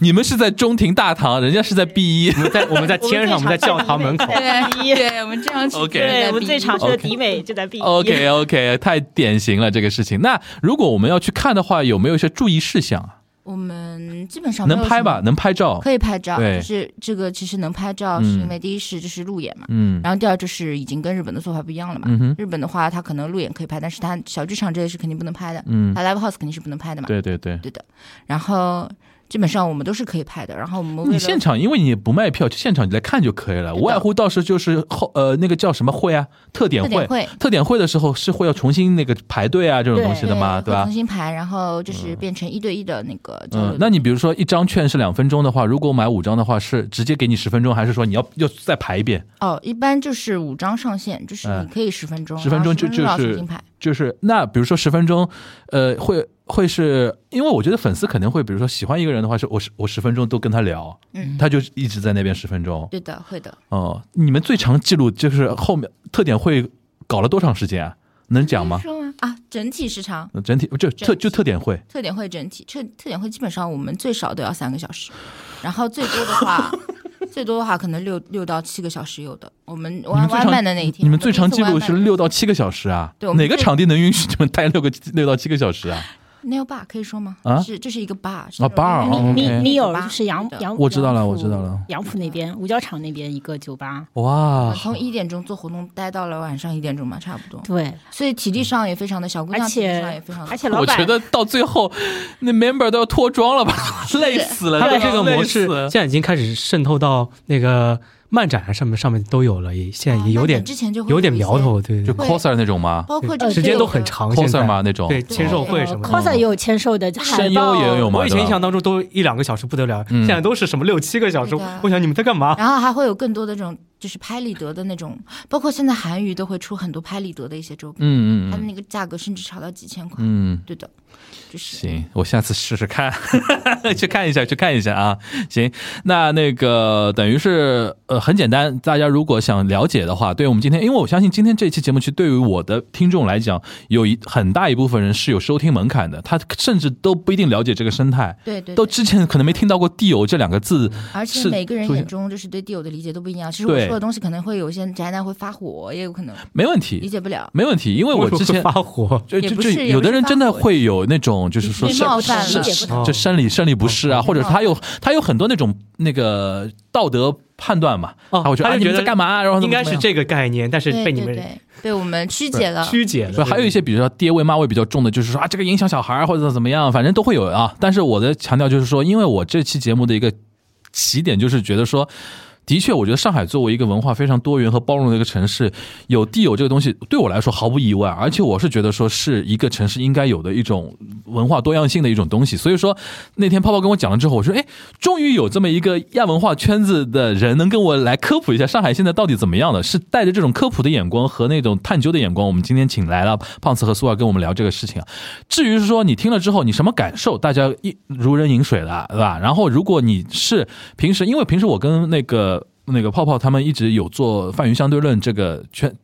你 们是在中庭大堂，人家是在 B 一 我。们在 我们在天上，我们在教堂门口，哎对，对，我们这样去 OK 对，我们最常去的 OK 迪美就在 B 一。 OK OK，太典型了这个事情。那如果我们要去看的话，有没有一些注意事项啊？我们基本上没有能拍吧？什么？能拍照？可以拍照，对就是这个其实能拍照，嗯是因为第一是就是路演嘛，嗯然后第二就是已经跟日本的做法不一样了嘛。嗯哼日本的话，它可能路演可以拍，但是它小剧场这些是肯定不能拍的，嗯，它 live house 肯定是不能拍的嘛。对对对。对的，然后基本上我们都是可以拍的，然后我哦们为你了现场，因为你也不卖票，就现场你来看就可以了，对的无外乎到时就是后呃那个叫什么会啊，特点特会点，会特点会的时候是会要重新那个排队啊这种东西对的嘛，对会吧重？新排，然后就是变成一对一的那个交嗯流，。那你比如说一张券是两分钟的话，如果买五张的话，是直接给你十分钟，还是说你要要再排一遍？哦，一般就是五张上线，就是嗯你可以十分钟， 10分钟就然后10分钟就是要重新排，就是那比如说十分钟，呃，会会是因为我觉得粉丝肯定会，比如说喜欢一个人的话，是我十我十分钟都跟他聊，嗯，他就一直在那边十分钟。对的，会的。哦、你们最长记录就是后面特点会搞了多长时间啊？能讲吗？说吗？啊，整体时长。整体就特整体就特点会特点会整体特特点会基本上我们最少都要三个小时，然后最多的话，最多的话可能六六到七个小时有的。我们你们玩最外卖长的那一天，你们我最第一长次记录玩是外卖六到七个小时啊？对我们哪个最场地能允许你们待六个 六到七个小时啊？ nail bar 可以说吗？啊是这是一个 bar 啊，bar，哦你 OK 你有吧就是杨对的杨，我知道了杨浦我知道了杨浦那边五角场那边一个酒吧，哇，从一点钟做活动待到了晚上一点钟嘛，差不多。对，所以体力上也非常的小姑而娘，体力且上也非常而的。且老我板觉得到最后，那 member 都要脱妆了吧，累死了。他的真这的个模式累死了现在已经开始渗透到那个漫展上面上面都有了，也现在已经有啊那点你之前就会有点一些苗，头，对就对，会 coser 那种吗包括这嗯对个时间都很。长，现？coser 在吗？那种对签售会什么的。 coser 也哎有签售的，海声优报也有嘛？我以前对吧印象当中都一两个小时不得了，嗯现在都是什么六七个小时对的。我想你们在干嘛？然后还会有更多的这种，就是拍立得的那种，包括现在韩娱都会出很多拍立得的一些周边，嗯他嗯们那个价格甚至炒到几千块。嗯嗯，对的，就是行，我下次试试看， 去看一下，去看一下啊。行，那那个等于是呃很简单，大家如果想了解的话，对于我们今天，因为我相信今天这期节目，其实对于我的听众来讲，有一很大一部分人是有收听门槛的，他甚至都不一定了解这个生态。对对，都对之前可能没听到过“地友”这两个字，而且是每个人出现眼中就是对地友的理解都不一样。其实我对说的东西可能会有一些宅男会发火，也有可能没问理题，解不了。没问题，因为我之前 发火，就也就不就是也有不的是人发真的火会有那种，就是说被生冒犯生了理解不同就生理生理不适哦啊，或者是他有他有很多那种那个道德判断嘛，哦他会觉得他啊你就们觉在得干嘛啊，然后怎应么该怎是么这个概念，但是对被你对们对，被我们曲解了。曲解样。了。还有一些比如说爹味妈味比较重的，就是说啊这个影响小孩儿或者怎么样，反正都会有啊。但是我的强调就是说，因为我这期节目的一个起点就是觉得说。的确，我觉得上海作为一个文化非常多元和包容的一个城市，有地有这个东西，对我来说毫无意外。而且我是觉得说，是一个城市应该有的一种文化多样性的一种东西。所以说，那天泡泡跟我讲了之后，我说，哎，终于有这么一个亚文化圈子的人能跟我来科普一下上海现在到底怎么样了。是带着这种科普的眼光和那种探究的眼光，我们今天请来了胖子和苏尔跟我们聊这个事情啊。至于是说你听了之后你什么感受，大家一如人饮水了，对吧？然后如果你是平时，因为平时我跟那个那个泡泡他们一直有做泛娱相对论这个圈。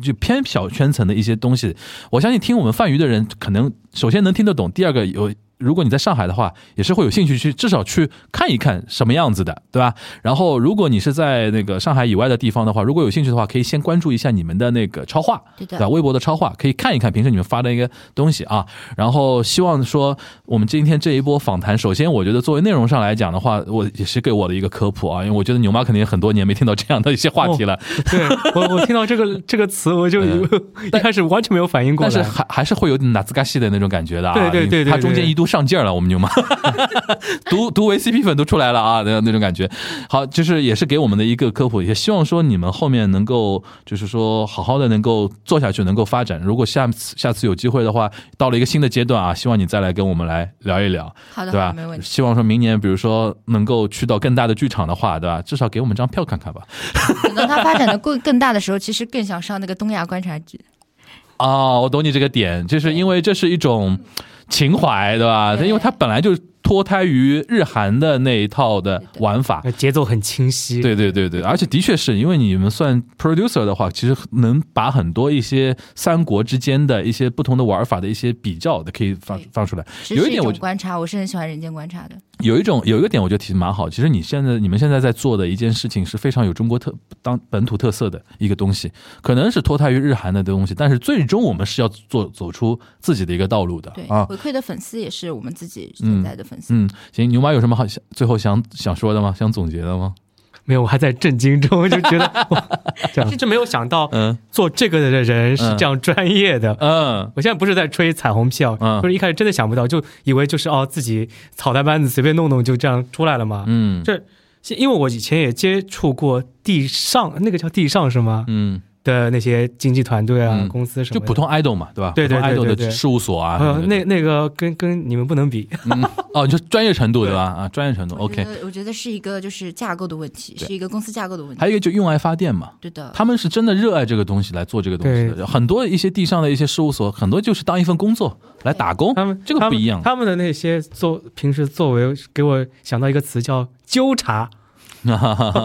就偏小圈层的一些东西，我相信听我们泛娱的人，可能首先能听得懂，第二个有，如果你在上海的话，也是会有兴趣去至少去看一看什么样子的，对吧？然后，如果你是在那个上海以外的地方的话，如果有兴趣的话，可以先关注一下你们的那个超话，对对吧？的，微博的超话可以看一看平时你们发的一个东西啊。然后希望说我们今天这一波访谈，首先我觉得作为内容上来讲的话，我也是给我的一个科普啊，因为我觉得牛妈肯定很多年没听到这样的一些话题了，对 我我听到这个这个词，我就嗯 一开始完全没有反应过但是来。还还是会有点纳兹嘎西的那种感觉的啊。对对对对对他中间一度上劲儿了，我们 牛妈，毒毒维 CP 粉都出来了啊，那那种感觉。好，就是也是给我们的一个科普，也希望说你们后面能够就是说好好的能够做下去，能够发展。如果下次下次有机会的话，到了一个新的阶段啊，希望你再来跟我们来聊一聊，好的，对啊好的吧没问？题。希望说明年比如说能够去到更大的剧场的话，对吧？至少给我们张票看看吧。等到它发展的更更大的时候，其实更想上那个东亚观察局。哦，我懂你这个点，就是因为这是一种情怀，对吧？对因为它本来就脱胎于日韩的那一套的玩法。呃节奏很清晰，对对对对，而且的确是因为你们算 producer 的话，其实能把很多一些三国之间的一些不同的玩法的一些比较的可以放对放出来。只有一是一点我种觉观察，我是很喜欢人间观察的。有一种有一个点，我觉得其实蛮好。其实你现在你们现在在做的一件事情是非常有中国特当本土特色的一个东西，可能是脱胎于日韩的东西，但是最终我们是要做走出自己的一个道路的对，啊。回馈的粉丝也是我们自己嗯现在的粉丝。嗯，行，牛妈有什么好想最后想想说的吗？想总结的吗？没有，我还在震惊中，就觉得哇 这样，甚至没有想到嗯做这个的人是这样专业的。嗯我现在不是在吹彩虹屁啊，嗯就是一开始真的想不到，就以为就是哦自己草台班子随便弄弄就这样出来了嘛。嗯这因为我以前也接触过地上，那个叫地上是吗？嗯的那些经纪团队啊、嗯公司什就么的，普通 idol 嘛，对吧？对对普通对 idol 的对对事务所啊，呃，对那那个跟跟你们不 能比，哦，你说专业程度对吧？啊，专业程度嗯我觉 OK。得我觉得是一个就是架构的问题，是一个公司架构的问题还。有一个就用爱发电嘛，对的，他们是真的热爱这个东西来做这个东西的。很多一些地上的一些事务所，很多就是当一份工作来打工，他们这个他不们一样。他们的那些作平时作为给我想到一个词叫纠察，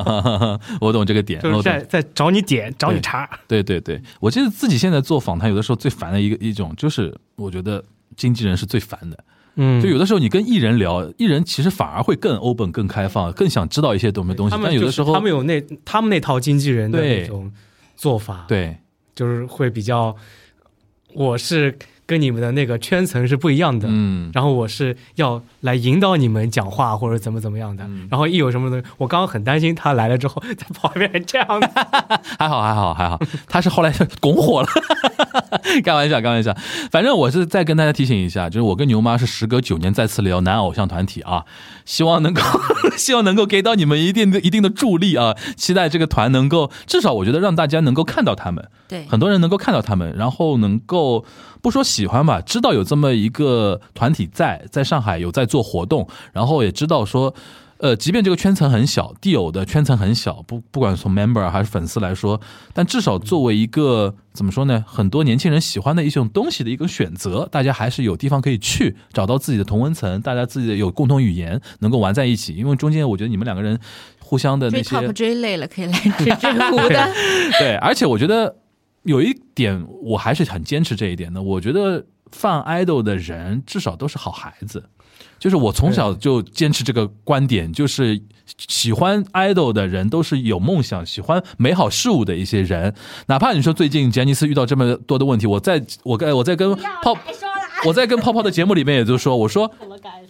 我懂这个点，嗯就是我在懂。在找你点找你对茬，哦对对对，我记得自己现在做访谈，有的时候最烦的一个一种就是，我觉得经纪人是最烦的。嗯，就有的时候你跟艺人聊，艺人其实反而会更 open、更开放，更想知道一些东西东西他。们但有就的是时候他，们有那他们那套经纪人的对那种做法，，对就是会比较，我是跟你们的那个圈层是不一样的，嗯然后我是要来引导你们讲话或者怎么怎么样的，嗯然后一有什么东西，我刚刚很担心他来了之后再跑一遍 这样的，还好，还好，还好，他是后来就拱火了， 开玩笑，开玩笑。反正我是再跟大家提醒一下，就是我跟牛妈是时隔九年再次聊男偶像团体啊，希望能够， 希望能够给到你们一定的一定的助力啊，期待这个团能够，至少我觉得让大家能够看到他们，对，很多人能够看到他们，然后能够不说喜欢吧，知道有这么一个团体在在上海有在做活动，然后也知道说，呃，即便这个圈层很小，地友的圈层很小，不不管从 member 还是粉丝来说，但至少作为一个怎么说呢，很多年轻人喜欢的一种东西的一个选择，大家还是有地方可以去找到自己的同温层，大家自己的有共同语言，能够玩在一起，因为中间我觉得你们两个人互相的那追些 top 追累了，可以来追 追湖的。对，而且我觉得有一点，我还是很坚持这一点的。我觉得犯 idol 的人至少都是好孩子，就是我从小就坚持这个观点，就是喜欢 idol 的人都是有梦想、喜欢美好事物的一些人。哪怕你说最近杰尼斯遇到这么多的问题，我在我跟我在跟泡我在跟泡泡的节目里面也就说，我说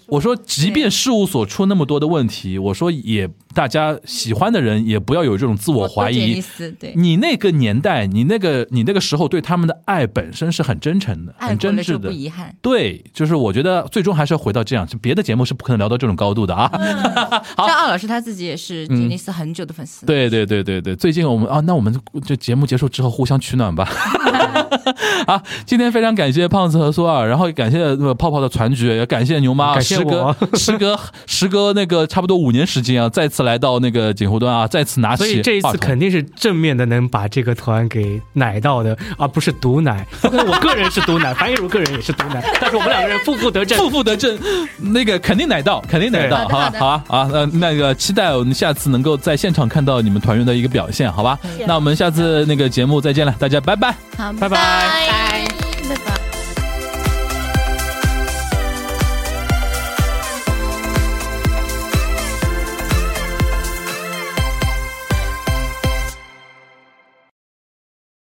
我说，即便事务所出那么多的问题，我说也大家喜欢的人也不要有这种自我怀多杰尼疑。嗯斯对，你那个年代，你那个你那个时候对他们的爱本身是很真诚的，爱很过真了挚就不的。遗憾。对，就是我觉得最终还是要回到这样，就别的节目是不可能聊到这种高度 的啊。好张傲老师他自己也是杰尼斯很久的粉丝。对对对对对，最近我们啊，那我们就节目结束之后互相取暖 吧。好，今天非常感谢胖子和苏二，然后也感谢呃泡泡的传局，也感谢牛妈啊，感谢时隔时隔时隔那个差不多五年时间啊，再次来到那个锦湖端啊，再次拿起所以这一话次筒肯定是正面的，能把这个团给奶到的，而不是毒奶。 我个人是毒奶，樊一茹个人也是毒奶，但是我们两个人负负得正。负负得正，那个肯定奶到，肯定奶到，对好吧好的好吧啊，呃，那个期待我们下次能够在现场看到你们团员的一个表现，好吧？那我们下次那个节目再见了，大家拜拜。好，拜拜拜拜。拜拜